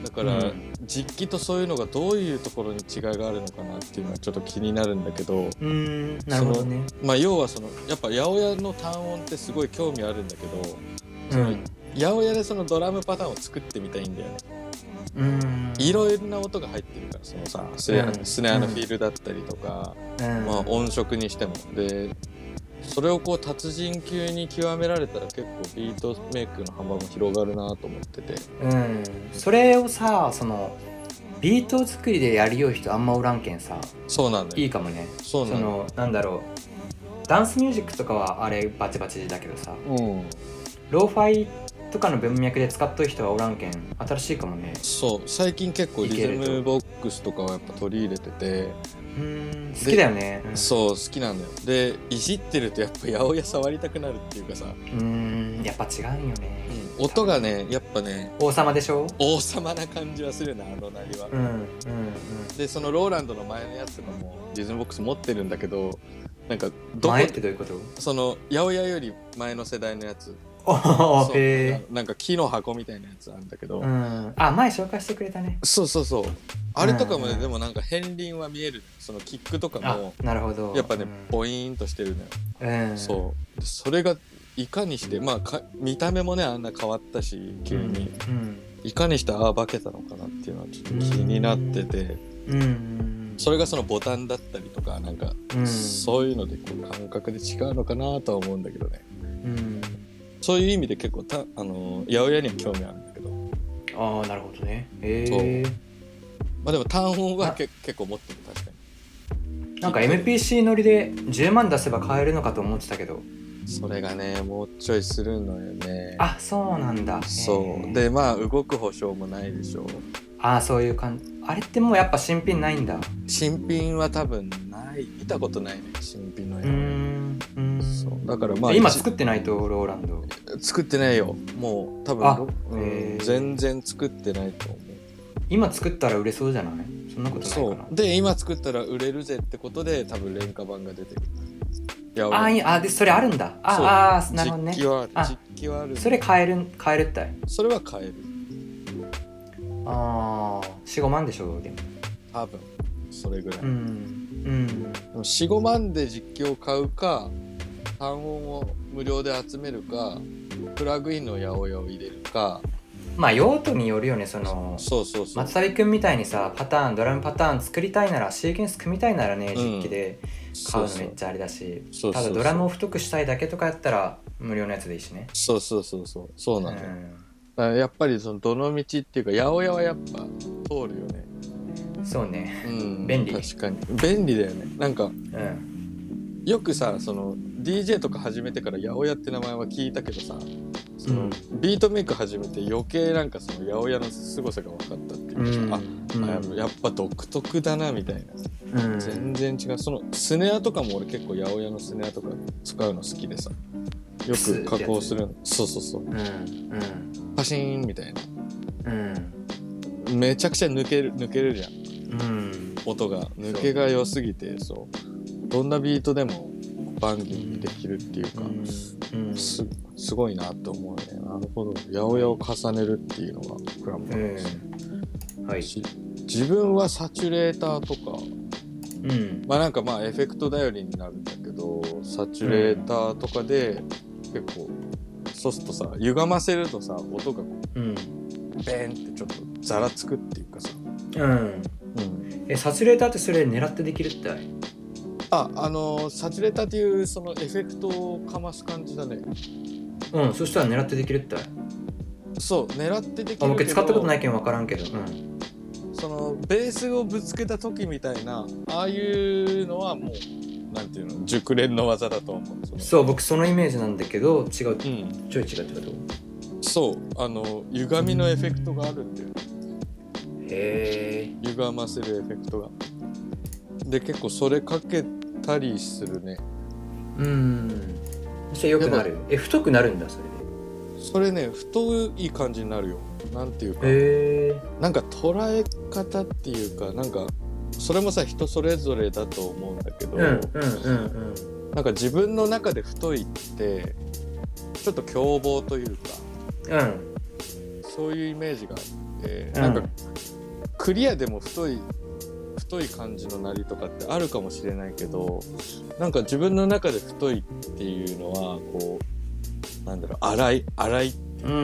Speaker 1: だから
Speaker 2: うん
Speaker 1: 実機とそういうのがどういうところに違いがあるのかなっていうのはちょっと気になるんだけど
Speaker 2: うーんなるほどね
Speaker 1: まあ要はそのやっぱ八百屋の単音ってすごい興味あるんだけど
Speaker 2: う
Speaker 1: その
Speaker 2: ん
Speaker 1: 八百屋でそのドラムパターンを作ってみたいんだよね
Speaker 2: うん
Speaker 1: いろいろな音が入ってるからそのさスネア,、
Speaker 2: うん
Speaker 1: スネアのフィールだったりとか、
Speaker 2: うん
Speaker 1: まあ、音色にしてもでそれをこう達人級に極められたら結構ビートメイクの幅も広がるなと思ってて
Speaker 2: うんそれをさそのビート作りでやりよう人あんまおらんけんさ
Speaker 1: そうなんだ
Speaker 2: い
Speaker 1: よ
Speaker 2: いかもね
Speaker 1: そ
Speaker 2: そう
Speaker 1: なんだよ
Speaker 2: のなんだろうダンスミュージックとかはあれバチバチだけどさ
Speaker 1: うん
Speaker 2: ローファイとかの文脈で使っとる人はおらんけん新しいかもね
Speaker 1: そう最近結構リズムボックスとかはやっぱ取り入れてて、
Speaker 2: うん好きだよねうん
Speaker 1: そう好きなんだよでいじってるとやっぱ八百屋触りたくなるっていうかさ、
Speaker 2: うーんやっぱ違うんよね、
Speaker 1: 音がねやっぱね
Speaker 2: 王様でしょ
Speaker 1: 王様な感じはするなあのなりは
Speaker 2: うんうんうん
Speaker 1: でそのローランドの前のやつとかもリズムボックス持ってるんだけどなんかどこ
Speaker 2: 前ってどういうこと
Speaker 1: その八百屋より前の世代のやつ
Speaker 2: お
Speaker 1: そ
Speaker 2: お
Speaker 1: う
Speaker 2: へえ
Speaker 1: なんか木の箱みたいなやつあるんだけど、
Speaker 2: うんあ前紹介してくれたね
Speaker 1: そうそうそうあれとかもね、
Speaker 2: うん
Speaker 1: でもなんか片鱗は見えるそのキックとか
Speaker 2: あ
Speaker 1: も
Speaker 2: なるほど
Speaker 1: やっぱね
Speaker 2: うん
Speaker 1: ボイーンとしてるのよ、
Speaker 2: うん
Speaker 1: そうでそれがいかにしてまあか見た目もねあんな変わったし急に、
Speaker 2: うん
Speaker 1: いかにしてああ化けたのかなっていうのはちょっと気になってて、
Speaker 2: うんうん
Speaker 1: それがそのボタンだったりとかなんか、
Speaker 2: うん
Speaker 1: そういうのでこう感覚で違うのかなとは思うんだけどね
Speaker 2: うん
Speaker 1: そういう意味で結構たあの八百屋には興味あるんだけど
Speaker 2: ああなるほどねへえ
Speaker 1: まあでも単音は
Speaker 2: あ
Speaker 1: け結構持ってる確か
Speaker 2: なんか MPC 乗りで10万出せば買えるのかと思ってたけど
Speaker 1: にそれがねもうちょいするのよね
Speaker 2: あそうなんだ
Speaker 1: そう
Speaker 2: で
Speaker 1: でまあ動く保証もないでしょう
Speaker 2: ああそういう感じあれってもうやっぱ新品ないんだ
Speaker 1: 新品は多分ない見たことないね新品の
Speaker 2: う
Speaker 1: や
Speaker 2: ーんうーん
Speaker 1: そうだからまあ
Speaker 2: 今
Speaker 1: 一
Speaker 2: 作ってないとローランド
Speaker 1: 作ってないよもう多
Speaker 2: あ
Speaker 1: 分、う
Speaker 2: へ
Speaker 1: ん、
Speaker 2: ー
Speaker 1: 全然作ってないと思う
Speaker 2: 今作ったら売れそうじゃないそんなことない
Speaker 1: そ
Speaker 2: か
Speaker 1: う
Speaker 2: な
Speaker 1: で今作ったら売れるぜってことで多分廉価版が出てくるいや
Speaker 2: あーいいあーでそれあるんだ
Speaker 1: そう
Speaker 2: ああーなるほどね
Speaker 1: 実機はあ
Speaker 2: あ
Speaker 1: る実機はある
Speaker 2: それ買える買えるったい
Speaker 1: それは買える
Speaker 2: ああ45万でしょでも
Speaker 1: 多分それぐらい、
Speaker 2: うんうん
Speaker 1: でも45万で実機を買うか単音を無料で集めるかプラグインの八百屋を入れるか
Speaker 2: まあ用途によるよねその
Speaker 1: そうそうそう、
Speaker 2: 松旅くんみたいにさパターンドラムパターン作りたいならシーケンス組みたいならね
Speaker 1: うん
Speaker 2: 実機で買
Speaker 1: そうう
Speaker 2: の
Speaker 1: そ
Speaker 2: め
Speaker 1: う
Speaker 2: っちゃあれだし
Speaker 1: そうそう
Speaker 2: た
Speaker 1: そ
Speaker 2: だ
Speaker 1: う
Speaker 2: ドラムを太くしたいだけとかやったら無料のやつでいいしね
Speaker 1: そうそうそうそうそう
Speaker 2: う
Speaker 1: なんのよ、だからやっぱりそのどの道っていうか八百屋はやっぱ通るよね
Speaker 2: そうね
Speaker 1: うん
Speaker 2: 便利
Speaker 1: 確かに便利だよねなんか
Speaker 2: うん
Speaker 1: よくさその DJ とか始めてから八百屋って名前は聞いたけどさその、
Speaker 2: うん
Speaker 1: ビートメイク始めて余計なんかその八百屋の凄さが分かったっていううか
Speaker 2: ん
Speaker 1: さ、ああやっぱ独特だなみたいな、
Speaker 2: うん
Speaker 1: 全然違うそのスネアとかも俺結構八百屋のスネアとか使うの好きでさよく加工するのそうそうそう
Speaker 2: うんうん
Speaker 1: パシーンみたいな
Speaker 2: うん
Speaker 1: めちゃくちゃ抜ける抜けるじゃん
Speaker 2: うん
Speaker 1: 音が抜けが良すぎてそうどんなビートでもバンギーにできるっていうか、
Speaker 2: うん
Speaker 1: すすごいなと思うねなるほど八百屋を重ねるっていうのがクラムボンです、
Speaker 2: うんはい
Speaker 1: し自分はサチュレーターとか
Speaker 2: うん
Speaker 1: まあなんかまあエフェクト頼りになるんだけどサチュレーターとかで結構そうするとさ歪ませるとさ音がこ
Speaker 2: うん
Speaker 1: うベーンってちょっとざらつくっていうかさ、
Speaker 2: うんえサチュレーターってそれ狙ってできるって
Speaker 1: ああのーサチュレーターっていうそのエフェクトをかます感じだね
Speaker 2: うんそしたら狙ってできるって
Speaker 1: そう狙ってできるけど
Speaker 2: あ僕使ったことないけど分からんけどうん
Speaker 1: そのベースをぶつけた時みたいなああいうのはもうなんていうの熟練の技だと思うその
Speaker 2: そう僕そのイメージなんだけど違う
Speaker 1: うん、
Speaker 2: ちょい違うってこと
Speaker 1: そうあの歪みのエフェクトがあるんだよ
Speaker 2: へえ
Speaker 1: 歪ませるエフェクトがで結構それかけたりするね
Speaker 2: うんそして良くなるえ太くなるんだそれ
Speaker 1: それね太い感じになるよなんていうか、
Speaker 2: でへえ
Speaker 1: なんか捉え方っていうかなんかそれもさ人それぞれだと思うんだけど、
Speaker 2: うんうんうん
Speaker 1: なんか自分の中で太いってちょっと凶暴というか
Speaker 2: うんうん
Speaker 1: そういうイメージがあって、
Speaker 2: うん
Speaker 1: なんかクリアでも太い太い感じのなりとかってあるかもしれないけどなんか自分の中で太いっていうのはこうなんだろう荒い荒い
Speaker 2: うんう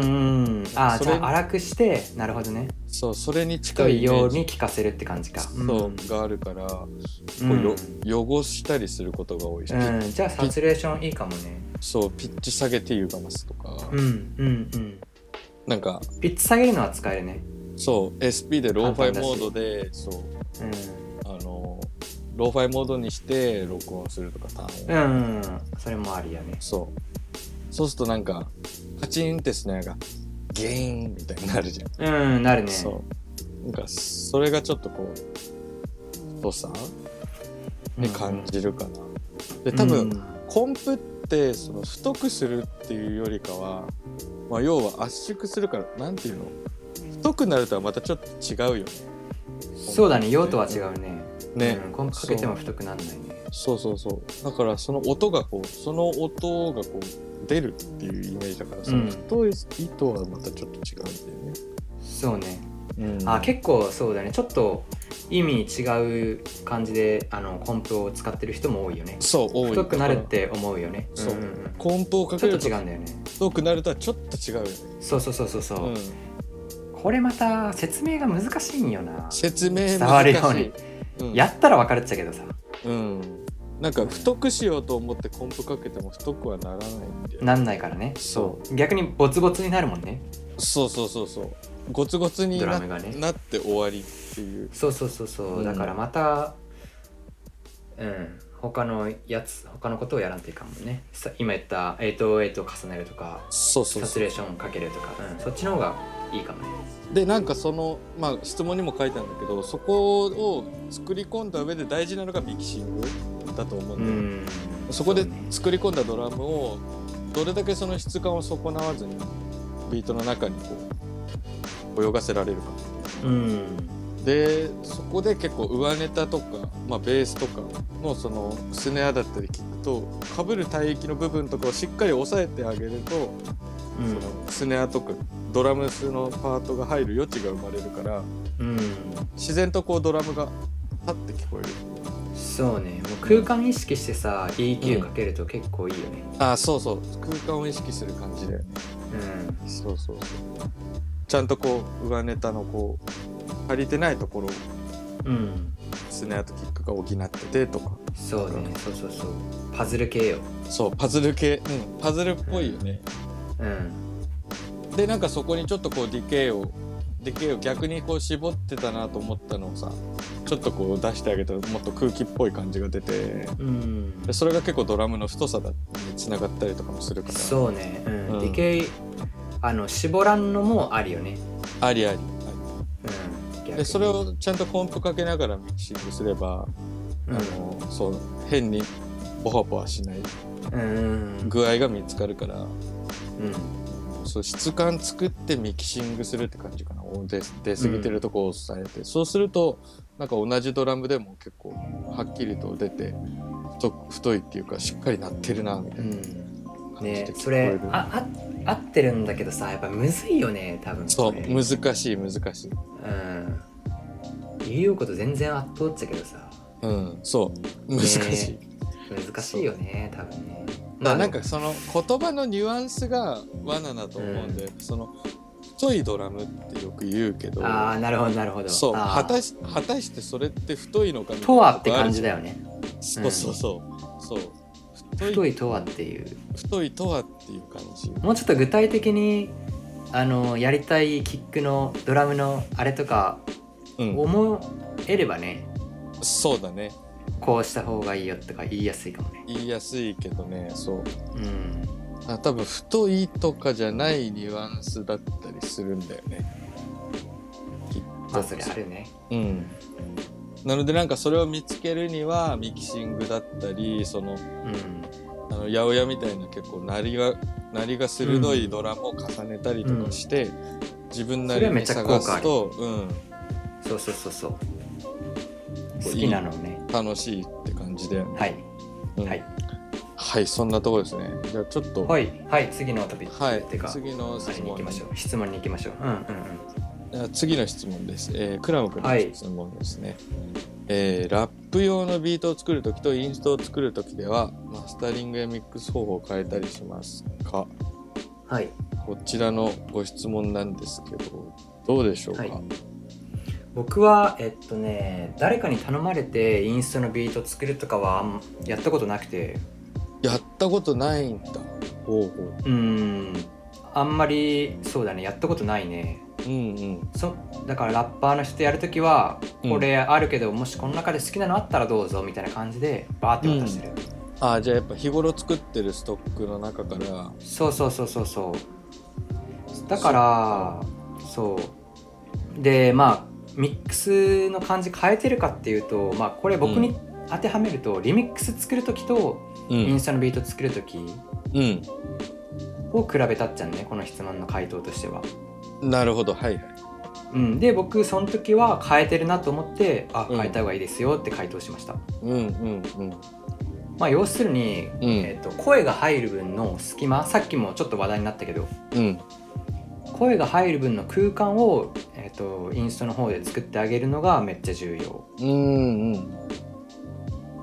Speaker 2: んああ
Speaker 1: そ
Speaker 2: じ
Speaker 1: れ
Speaker 2: ゃあ荒くしてなるほどね
Speaker 1: そうそれに近
Speaker 2: 太
Speaker 1: い
Speaker 2: い
Speaker 1: イメ
Speaker 2: よ
Speaker 1: ー
Speaker 2: う
Speaker 1: ジ
Speaker 2: に聞かせるって感じか
Speaker 1: そうがあるから、
Speaker 2: うん
Speaker 1: こうよ汚したりすることが多いし、
Speaker 2: うん、じゃあサチュレーションいいかもね
Speaker 1: そうピッチ下げて歪ますとか、
Speaker 2: うんうんうん
Speaker 1: なんか
Speaker 2: ピッチ下げるのは使えるね
Speaker 1: そう SP でローファ
Speaker 2: 簡単だ
Speaker 1: イ
Speaker 2: し
Speaker 1: モードでそう
Speaker 2: う
Speaker 1: あのローファイモードにして録音するとか単音
Speaker 2: んうん、うん、それもありやね
Speaker 1: そうそうするとなんかカチンってスネアがゲーンみたいになるじゃん、
Speaker 2: うんなるね
Speaker 1: そうなんかそれがちょっとこう太さ
Speaker 2: うん
Speaker 1: で感じるかな、で多分、
Speaker 2: うん
Speaker 1: コンプってその太くするっていうよりかは、まあ、要は圧縮するからなんていうの太くなるとはまたちょっと違うよね
Speaker 2: そうだね用途は違うね
Speaker 1: うね、
Speaker 2: うん、今かけても太くなんないね
Speaker 1: そうそうそうだからその音がこうその音がこう出るっていうイメージだからさ、
Speaker 2: うん
Speaker 1: 太い糸はまたちょっと違うんだよ
Speaker 2: そうね
Speaker 1: ね、うん、
Speaker 2: あ結構そうだねちょっと意味違う感じであのコンプを使ってる人も多いよね
Speaker 1: そう多い
Speaker 2: 太くなるって思うよね
Speaker 1: そう
Speaker 2: うんうんうん
Speaker 1: コンプをか
Speaker 2: ち
Speaker 1: け
Speaker 2: ょ
Speaker 1: る
Speaker 2: っと
Speaker 1: と
Speaker 2: 違うんだよね
Speaker 1: 太くなるとはちょっと違うよね、
Speaker 2: そうそうそうそうそうう、
Speaker 1: ん、
Speaker 2: これまた説明が難しいんよな
Speaker 1: 説明
Speaker 2: 伝
Speaker 1: 難
Speaker 2: わる
Speaker 1: しい
Speaker 2: ように
Speaker 1: うん、
Speaker 2: やったら分かるっちゃけどさ
Speaker 1: うんなんか太くしようと思ってコンプかけても太くはならないんだよ
Speaker 2: なんないからね
Speaker 1: そう
Speaker 2: 逆にボツボツになるもんね
Speaker 1: そうそうそうそうゴツゴツに
Speaker 2: ド
Speaker 1: な,、
Speaker 2: ラムがね
Speaker 1: なって終わりっていう
Speaker 2: そうそうそうそう、
Speaker 1: うん
Speaker 2: だからまたうん他のやつ他のことをやらんといかんもんねさ今言った8と8を重ねるとか
Speaker 1: そうそう
Speaker 2: サ
Speaker 1: そ
Speaker 2: チュレーションかけるとか、うんそっちの方がいいかもね
Speaker 1: うでなんかそのまあ質問にも書いたんだけどそこを作り込んだ上で大事なのがミキシングだと思うんだよ、そこで
Speaker 2: うね
Speaker 1: 作り込んだドラムをどれだけその質感を損なわずにビートの中にこう泳がせられるか
Speaker 2: うん
Speaker 1: でそこで結構上ネタとか、まあ、ベースとかのそのスネアだったり聞くとかぶる帯域の部分とかをしっかり押さえてあげると、
Speaker 2: うん
Speaker 1: そのスネアとかドラムスのパートが入る余地が生まれるから
Speaker 2: うん
Speaker 1: 自然とこうドラムがパッて聞こえる
Speaker 2: そうねもう空間意識してさ EQ かけると結構いいよね
Speaker 1: あそうそう空間を意識する感じで
Speaker 2: うん
Speaker 1: そうそうそうちゃんとこう上ネタのこう足りてないところを
Speaker 2: うん
Speaker 1: スネアとキックが補っててとか
Speaker 2: そうねそうそうそうパズル系よ
Speaker 1: そうパズル系、うん、パズルっぽいよね、
Speaker 2: うん
Speaker 1: でなんかそこにちょっとこうディケイをディケイを逆にこう絞ってたなと思ったのをさちょっとこう出してあげたらもっと空気っぽい感じが出て
Speaker 2: うん
Speaker 1: でそれが結構ドラムの太さだにつながったりとかもするから
Speaker 2: そうねうん、
Speaker 1: うん
Speaker 2: ディケイあの絞らんのもあるよね
Speaker 1: ありあり
Speaker 2: うん逆に
Speaker 1: でそれをちゃんとコンプかけながらミキシングすれば、
Speaker 2: うん
Speaker 1: あのそう変にボワボワしない
Speaker 2: うんうん
Speaker 1: 具合が見つかるから
Speaker 2: うん
Speaker 1: そう質感作ってミキシングするって感じかなお出出過ぎてるとこを抑えて、そうするとなんか同じドラムでも結構はっきりと出て太く太いっていうかしっかりなってるなみた
Speaker 2: う
Speaker 1: いなん感じで聞
Speaker 2: ね
Speaker 1: こ
Speaker 2: そ
Speaker 1: え
Speaker 2: れ
Speaker 1: る、
Speaker 2: ああ合ってるんだけどさやっぱむずいよね多分
Speaker 1: そう
Speaker 2: これ
Speaker 1: 難しい難しい
Speaker 2: うん言うこと全然圧倒っちゃけどさ
Speaker 1: うんそう難しい、
Speaker 2: 難しいよね多分ね
Speaker 1: まあなんかその言葉のニュアンスが罠だと思うんで、その太いドラムってよく言うけど
Speaker 2: ああなるほどなるほど
Speaker 1: そう
Speaker 2: あー
Speaker 1: 果たし果たしてそれって太いのかみたいな
Speaker 2: とはって
Speaker 1: とこあ
Speaker 2: 感
Speaker 1: る
Speaker 2: じだよね
Speaker 1: そうそうそう。そう。太
Speaker 2: 太
Speaker 1: い、
Speaker 2: いとはっていう
Speaker 1: 太いとはっていう感じ。
Speaker 2: もうちょっと具体的にあのやりたいキックのドラムのあれとか
Speaker 1: うん。
Speaker 2: 思えればね
Speaker 1: そうだね。
Speaker 2: こうした方がいいよとか言いやすいかもね
Speaker 1: 言いやすいけどね、そう。
Speaker 2: うん
Speaker 1: あ多分、太いとかじゃないニュアンスだったりするんだよね。きっと
Speaker 2: まあそれあるね
Speaker 1: うん。なので、なんかそれを見つけるには、ミキシングだったり、その、
Speaker 2: うん
Speaker 1: あの、八百屋みたいな結構、鳴りが、鳴りが鋭いドラムを重ねたりとかして、自分なり
Speaker 2: それはめっ
Speaker 1: に
Speaker 2: ちゃ
Speaker 1: 探
Speaker 2: 効果あ
Speaker 1: す
Speaker 2: る
Speaker 1: と、うん。
Speaker 2: そうそうそうそう好
Speaker 1: いい
Speaker 2: きなのをね
Speaker 1: 楽しいって感じだよね。
Speaker 2: はい
Speaker 1: うん
Speaker 2: はい
Speaker 1: はい、そんなところですね。じゃあちょっと、はい、
Speaker 2: はいはい次のトピック、っていうか
Speaker 1: 次の
Speaker 2: あれ
Speaker 1: 質
Speaker 2: に行
Speaker 1: 問
Speaker 2: きましょう質問に行きましょううんうんうん
Speaker 1: あ次の質問です。えークラム君
Speaker 2: は
Speaker 1: の
Speaker 2: い
Speaker 1: 質問ですね、えーラップ用のビートを作るときとインストを作るときでは、マスタリングやミックス方法を変えたりしますか
Speaker 2: はい
Speaker 1: こちらのご質問なんですけど、どうでしょうか、
Speaker 2: はい僕はえっとね誰かに頼まれてインストのビート作るとかはあんやったことなくて
Speaker 1: やったことないんだ。ほうほう。
Speaker 2: うんあんまりそうだねやったことないね
Speaker 1: うんうん。
Speaker 2: そだからラッパーの人やるときは
Speaker 1: うん
Speaker 2: これあるけど、もしこの中で好きなのあったらどうぞみたいな感じでバーって渡してる、
Speaker 1: あーじゃあやっぱ日頃作ってるストックの中から、
Speaker 2: そうそうそうそうそうだからそうでまあミックスの感じ変えてるかっていうとまあこれ僕
Speaker 1: う
Speaker 2: に当てはめると、リミックス作る時と
Speaker 1: う
Speaker 2: イン
Speaker 1: ん、
Speaker 2: スタのビート作る時
Speaker 1: うん。
Speaker 2: を比べたっちゃねこの質問の回答としては
Speaker 1: なるほど、はいはい。
Speaker 2: うん、で僕その時は変えてるなと思ってあ
Speaker 1: うん
Speaker 2: 変えた方がいいですよって回答しました、
Speaker 1: うんうんうん
Speaker 2: まあ要するに、
Speaker 1: うん
Speaker 2: えっと声が入る分の隙間さっきもちょっと話題になったけど
Speaker 1: うん
Speaker 2: 声が入る分の空間を、えっとインストの方で作ってあげるのがめっちゃ重要
Speaker 1: うんうん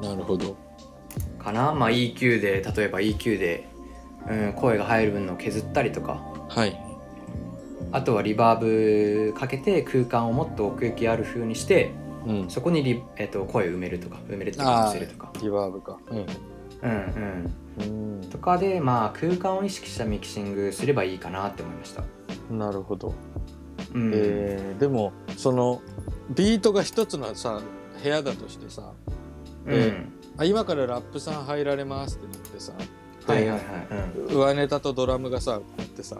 Speaker 1: なるほど
Speaker 2: かな、まあ、EQ で例えば EQ で、うん、声が入る分のを削ったりとか
Speaker 1: はい
Speaker 2: あとはリバーブかけて空間をもっと奥行きある風にして
Speaker 1: うん
Speaker 2: そこにリ、えっと声を埋めるとか埋めるっていうか
Speaker 1: あー
Speaker 2: 乗せるとか
Speaker 1: リバーブか
Speaker 2: うんうん
Speaker 1: うん
Speaker 2: とかでまあ空間を意識したミキシングすればいいかなって思いました
Speaker 1: うんなるほど
Speaker 2: うん、
Speaker 1: えーでもそのビートが一つのさ部屋だとしてさ
Speaker 2: うん
Speaker 1: あ今からラップさん入られますってなってさ
Speaker 2: はいはいはい
Speaker 1: 上ネタとドラムがさこうやってさ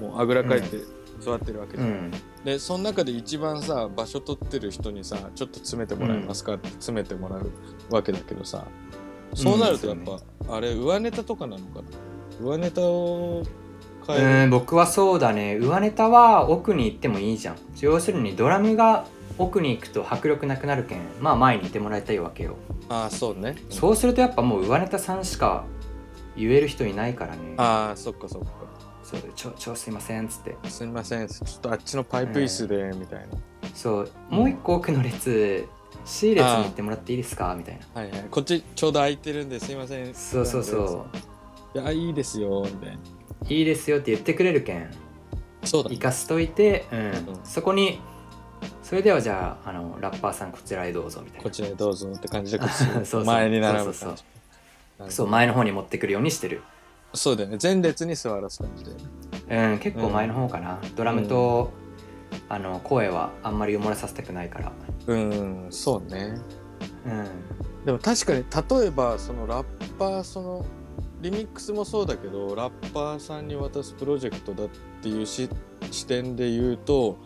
Speaker 1: もうあぐらかいて座ってるわけ
Speaker 2: う
Speaker 1: じゃん、
Speaker 2: ん
Speaker 1: でその中で一番さ場所取ってる人にさちょっと詰めてもらえますかって詰めてもらうわけだけどさそうなるとやっぱ、あれ上ネタとかなのかな上ネタを
Speaker 2: う
Speaker 1: 変える
Speaker 2: ん、うん、僕はそうだね上ネタは奥に行ってもいいじゃん要するにドラムが奥に行くと迫力なくなるけんまあ前に行ってもらいたいわけよ
Speaker 1: ああそうね
Speaker 2: そうするとやっぱもう上ネタさんしか言える人いないからね
Speaker 1: ああそっかそっか
Speaker 2: そうちょちょすいませんっつって
Speaker 1: すみませんちょっとあっちのパイプ椅子でみたいな、
Speaker 2: そうもう一個奥の列 C 列に行ってもらっていいですかみたいな
Speaker 1: はいはいこっちちょうど空いてるんですいません
Speaker 2: そうそうそ
Speaker 1: いやいいですよみたいな
Speaker 2: ういいですよって言ってくれるけん
Speaker 1: そうだ
Speaker 2: 行かせといて、うん
Speaker 1: うん
Speaker 2: そこにそれではじゃああのラッパーさんこちらへどうぞみたい
Speaker 1: こ
Speaker 2: な
Speaker 1: ちらへどうぞって感じでこっ
Speaker 2: そう
Speaker 1: ち
Speaker 2: そう
Speaker 1: 前に並ぶ
Speaker 2: そ
Speaker 1: 感じな
Speaker 2: うそう
Speaker 1: るほど
Speaker 2: そう前の方に持ってくるようにしてる、
Speaker 1: そうだよね前列に座らす感じで
Speaker 2: うん、結構前の方かな、ドラムと、あの声はあんまり埋もれさせたくないから、
Speaker 1: うんそうね
Speaker 2: うん、
Speaker 1: でも確かに例えばそのラッパーそのリミックスもそうだけどラッパーさんに渡すプロジェクトだっていうし視点で言うと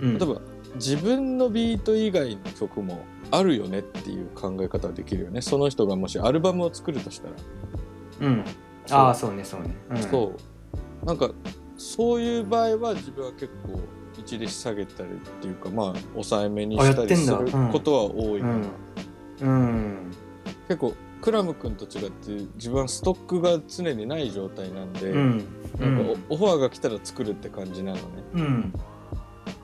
Speaker 2: うん、
Speaker 1: 例えば自分のビート以外の曲もあるよねっていう考え方はできるよねその人がもしアルバムを作るとしたら
Speaker 2: うん、ああそうねそうね、うん、
Speaker 1: そうなんかそういう場合は自分は結構一律下げたりっていうかまあ抑えめに
Speaker 2: あや
Speaker 1: し
Speaker 2: ったて
Speaker 1: り
Speaker 2: ん
Speaker 1: す
Speaker 2: だ
Speaker 1: る
Speaker 2: うん
Speaker 1: ことは多いか
Speaker 2: う
Speaker 1: な、
Speaker 2: ん、うん、
Speaker 1: 結構クラム君と違って自分はストックが常にない状態なんで、
Speaker 2: うん
Speaker 1: なんかおオファーが来たら作るって感じなのね
Speaker 2: うん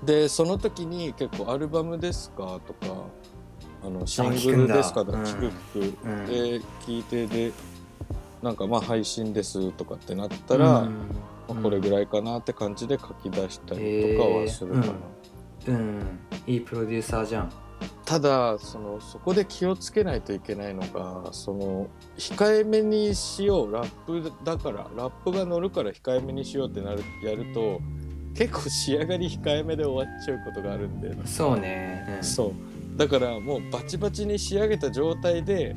Speaker 1: でその時に結構「アルバムですか?」とか「あのシン
Speaker 2: 聞
Speaker 1: グ
Speaker 2: くん
Speaker 1: ル
Speaker 2: だ
Speaker 1: ですか?」とか
Speaker 2: うん
Speaker 1: 聞く聞く、
Speaker 2: うん
Speaker 1: で聞いてでなんかまあ配信ですとかってなったら、
Speaker 2: うん
Speaker 1: まあこれぐらいかなって感じで書き出したりとかはするかな、
Speaker 2: へーうんうん、いいプロデューサーじゃん
Speaker 1: ただそのそこで気をつけないといけないのがその控えめにしようラップだからラップが乗るから控えめにしようってなるやると結構仕上がり控えめで終わっちゃうことがあるんで、
Speaker 2: そうね、うん、
Speaker 1: そうだからもうバチバチに仕上げた状態で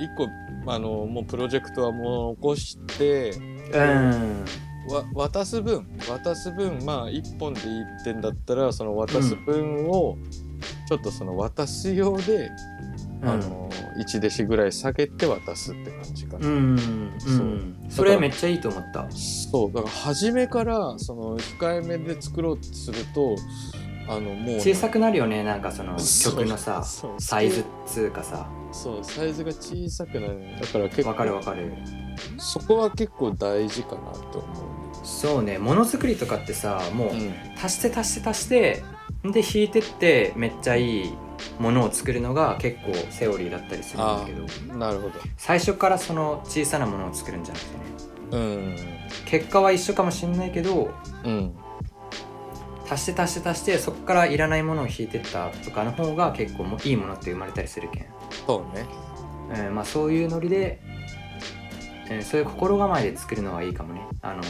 Speaker 1: 一個あのもうプロジェクトはもう起こして
Speaker 2: うん
Speaker 1: わ渡す分渡す分まあ1本でいいってんだったらその渡す分を、ちょっとその渡す用で、
Speaker 2: うん
Speaker 1: あの1弟子ぐらい下げて渡すって感じかな、
Speaker 2: うん
Speaker 1: そう
Speaker 2: うんそれめっちゃいいと思った
Speaker 1: そうだから初めからその控えめで作ろうとするとあのもうね
Speaker 2: 小さくなるよねなんかその
Speaker 1: そう
Speaker 2: 曲のさ
Speaker 1: そう
Speaker 2: サイズっつうかさ
Speaker 1: そうサイズが小さくなるだから結
Speaker 2: わかるわ
Speaker 1: 構
Speaker 2: かる
Speaker 1: そこは結構大事かなと思
Speaker 2: そうねものづくりとかってさもう
Speaker 1: う、うん
Speaker 2: 足して足して足してで弾いてってめっちゃいいものを作るのが結構セオリーだったりするんだけど
Speaker 1: なるほ
Speaker 2: 最初からその小さなものを作るんじゃなくてね
Speaker 1: どうん
Speaker 2: 結果は一緒かもしんないけど
Speaker 1: うん
Speaker 2: 足して足して足してそこからいらないものを引いてったとかの方が結構もいいものって生まれたりするけん、
Speaker 1: そうね
Speaker 2: うんまあ、そういうノリで、うんそういう心構えで作るのはいいかもねあの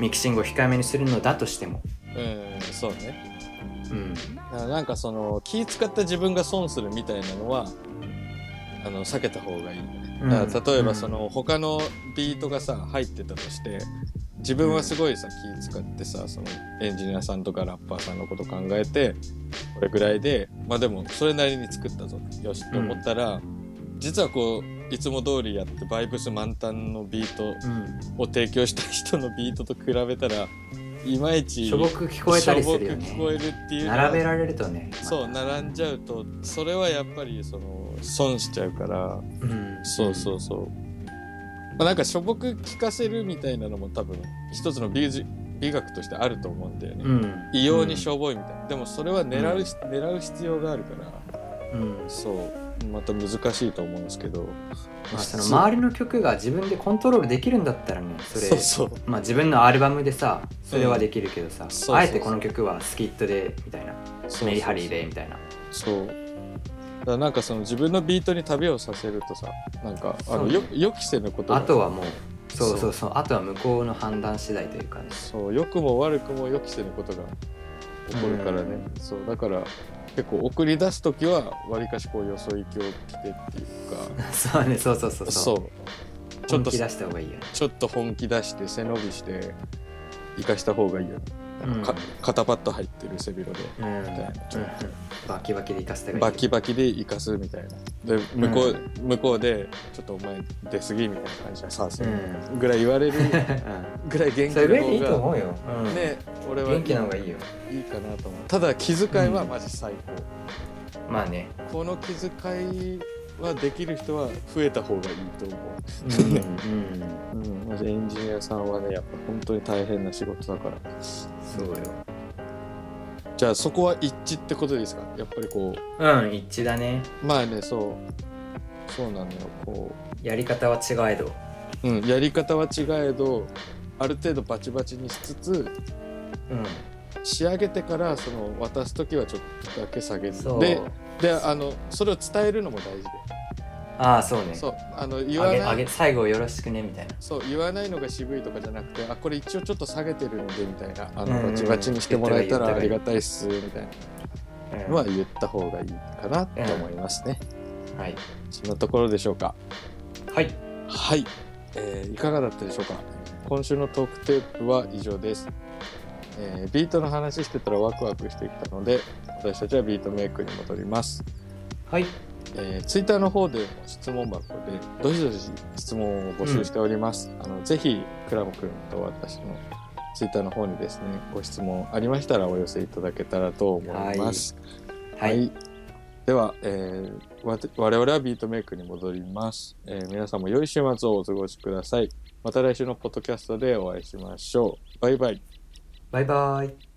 Speaker 2: ミキシングを控えめにするのだとしても、
Speaker 1: うんそうね
Speaker 2: うん、
Speaker 1: だからなんかその気使った自分が損するみたいなのはあの避けた方がいいよね、
Speaker 2: うん
Speaker 1: だから例えばその他のビートがさ入ってたとして自分はすごいさ気使ってさそのエンジニアさんとかラッパーさんのこと考えてこれぐらいでまあでもそれなりに作ったぞよしって思ったら、実はこういつも通りやってバイブス満タンのビート
Speaker 2: うん
Speaker 1: を提供した人のビートと比べたらいまいち
Speaker 2: しょぼく聞こえたりするよ
Speaker 1: しょぼく聞こえ
Speaker 2: ね
Speaker 1: るっていうのは
Speaker 2: 並べられるとね
Speaker 1: そう並んじゃうとそれはやっぱりその損しちゃうから
Speaker 2: うん
Speaker 1: そうそうそう、まあ、なんかしょぼく聞かせるみたいなのも多分一つの美術美学としてあると思うんだよね、
Speaker 2: うん
Speaker 1: 異様にしょぼいみたいな、でもそれは狙う,、狙う必要があるから
Speaker 2: うん
Speaker 1: そうまた難しいと思うんですけど、
Speaker 2: まあ、その周りの曲が自分でコントロールできるんだったらねそれ
Speaker 1: そうそう
Speaker 2: まあ、自分のアルバムでさそれはできるけど
Speaker 1: そ
Speaker 2: さ、
Speaker 1: うそうそう
Speaker 2: あえてこの曲はスキットでみたいな
Speaker 1: そう
Speaker 2: メリハリでみたいな
Speaker 1: そうだからなんかその自分のビートに旅をさせるとさなんかあ
Speaker 2: そ
Speaker 1: の
Speaker 2: うね
Speaker 1: よ予期せぬことが
Speaker 2: あとはもうそうそう
Speaker 1: そ
Speaker 2: そううあとは向こうの判断次第というかね
Speaker 1: そう良くも悪くも予期せぬことが起こるからね、そうだから結構送り出す時はわりかしこうよそ行きを着てっていうか
Speaker 2: そうねそうそうそう
Speaker 1: そうちょっ
Speaker 2: 本
Speaker 1: と
Speaker 2: 気出した方がいいよね
Speaker 1: ちょっと本気出して背伸びして生かした方がいいよね、なんかか
Speaker 2: う
Speaker 1: 肩パッド入ってる背広で。
Speaker 2: うん、うん
Speaker 1: みたいなちょっ
Speaker 2: バキバキで生かせた方がい
Speaker 1: バ
Speaker 2: い
Speaker 1: キバキで生かすみたいなで向こう、向こうでちょっとお前出過ぎみたいな感じでさせ
Speaker 2: う
Speaker 1: ぐらい言われるぐらい元気
Speaker 2: うん、それ
Speaker 1: な
Speaker 2: ぐらいでいいと
Speaker 1: 方が
Speaker 2: 思うよ、うん
Speaker 1: ね俺は
Speaker 2: 元気な方がいいよ
Speaker 1: いいかなと思うただ気遣いはマジ最高、
Speaker 2: まあね、
Speaker 1: この気遣いはできる人は増えた方がいいと思
Speaker 2: うんうん、
Speaker 1: う、うん、マジエンジニアさんはねやっぱ本当に大変な仕事だから
Speaker 2: そうよ
Speaker 1: じゃあそこは一致ってことですかやっぱりこ
Speaker 2: うん一致だね
Speaker 1: うまあねそうそうなのよこ
Speaker 2: やり方は違えど
Speaker 1: う、うん、やり方は違えどある程度バチバチにしつつ
Speaker 2: う
Speaker 1: 仕上げてからその渡す時はちょっとだけ下げ
Speaker 2: ん
Speaker 1: る
Speaker 2: そう
Speaker 1: でであのそれを伝えるのも大事
Speaker 2: ああそうね
Speaker 1: でそうあの言
Speaker 2: あ
Speaker 1: わ
Speaker 2: げ
Speaker 1: な
Speaker 2: あ
Speaker 1: い
Speaker 2: げ最後よろしくねみたいな
Speaker 1: そう言わないのが渋いとかじゃなくてあこれ一応ちょっと下げてるんでみたいなあ
Speaker 2: うん
Speaker 1: の
Speaker 2: うんうん
Speaker 1: バチバチにしてもらえたらあ
Speaker 2: 言ったらい
Speaker 1: り
Speaker 2: い
Speaker 1: がたいっすみたいなのは言った方がいいかなと思いますね、
Speaker 2: はい
Speaker 1: そんなところでしょうか
Speaker 2: はい
Speaker 1: はい、えーいかがだったでしょうか今週のトークテープは以上です、えービートの話してたらワクワクしてきたので私たちはビートメイクに戻ります
Speaker 2: はい
Speaker 1: えー、ツイッターの方でも質問箱でどしどし質問を募集しております、あのぜひクラム君と私のツイッターの方にですねご質問ありましたらお寄せいただけたらと思います
Speaker 2: はい、
Speaker 1: では、えーわて我々はビートメイクに戻ります、えー皆さんも良い週末をお過ごしくださいまた来週のポッドキャストでお会いしましょうバイバイ
Speaker 2: バイバイ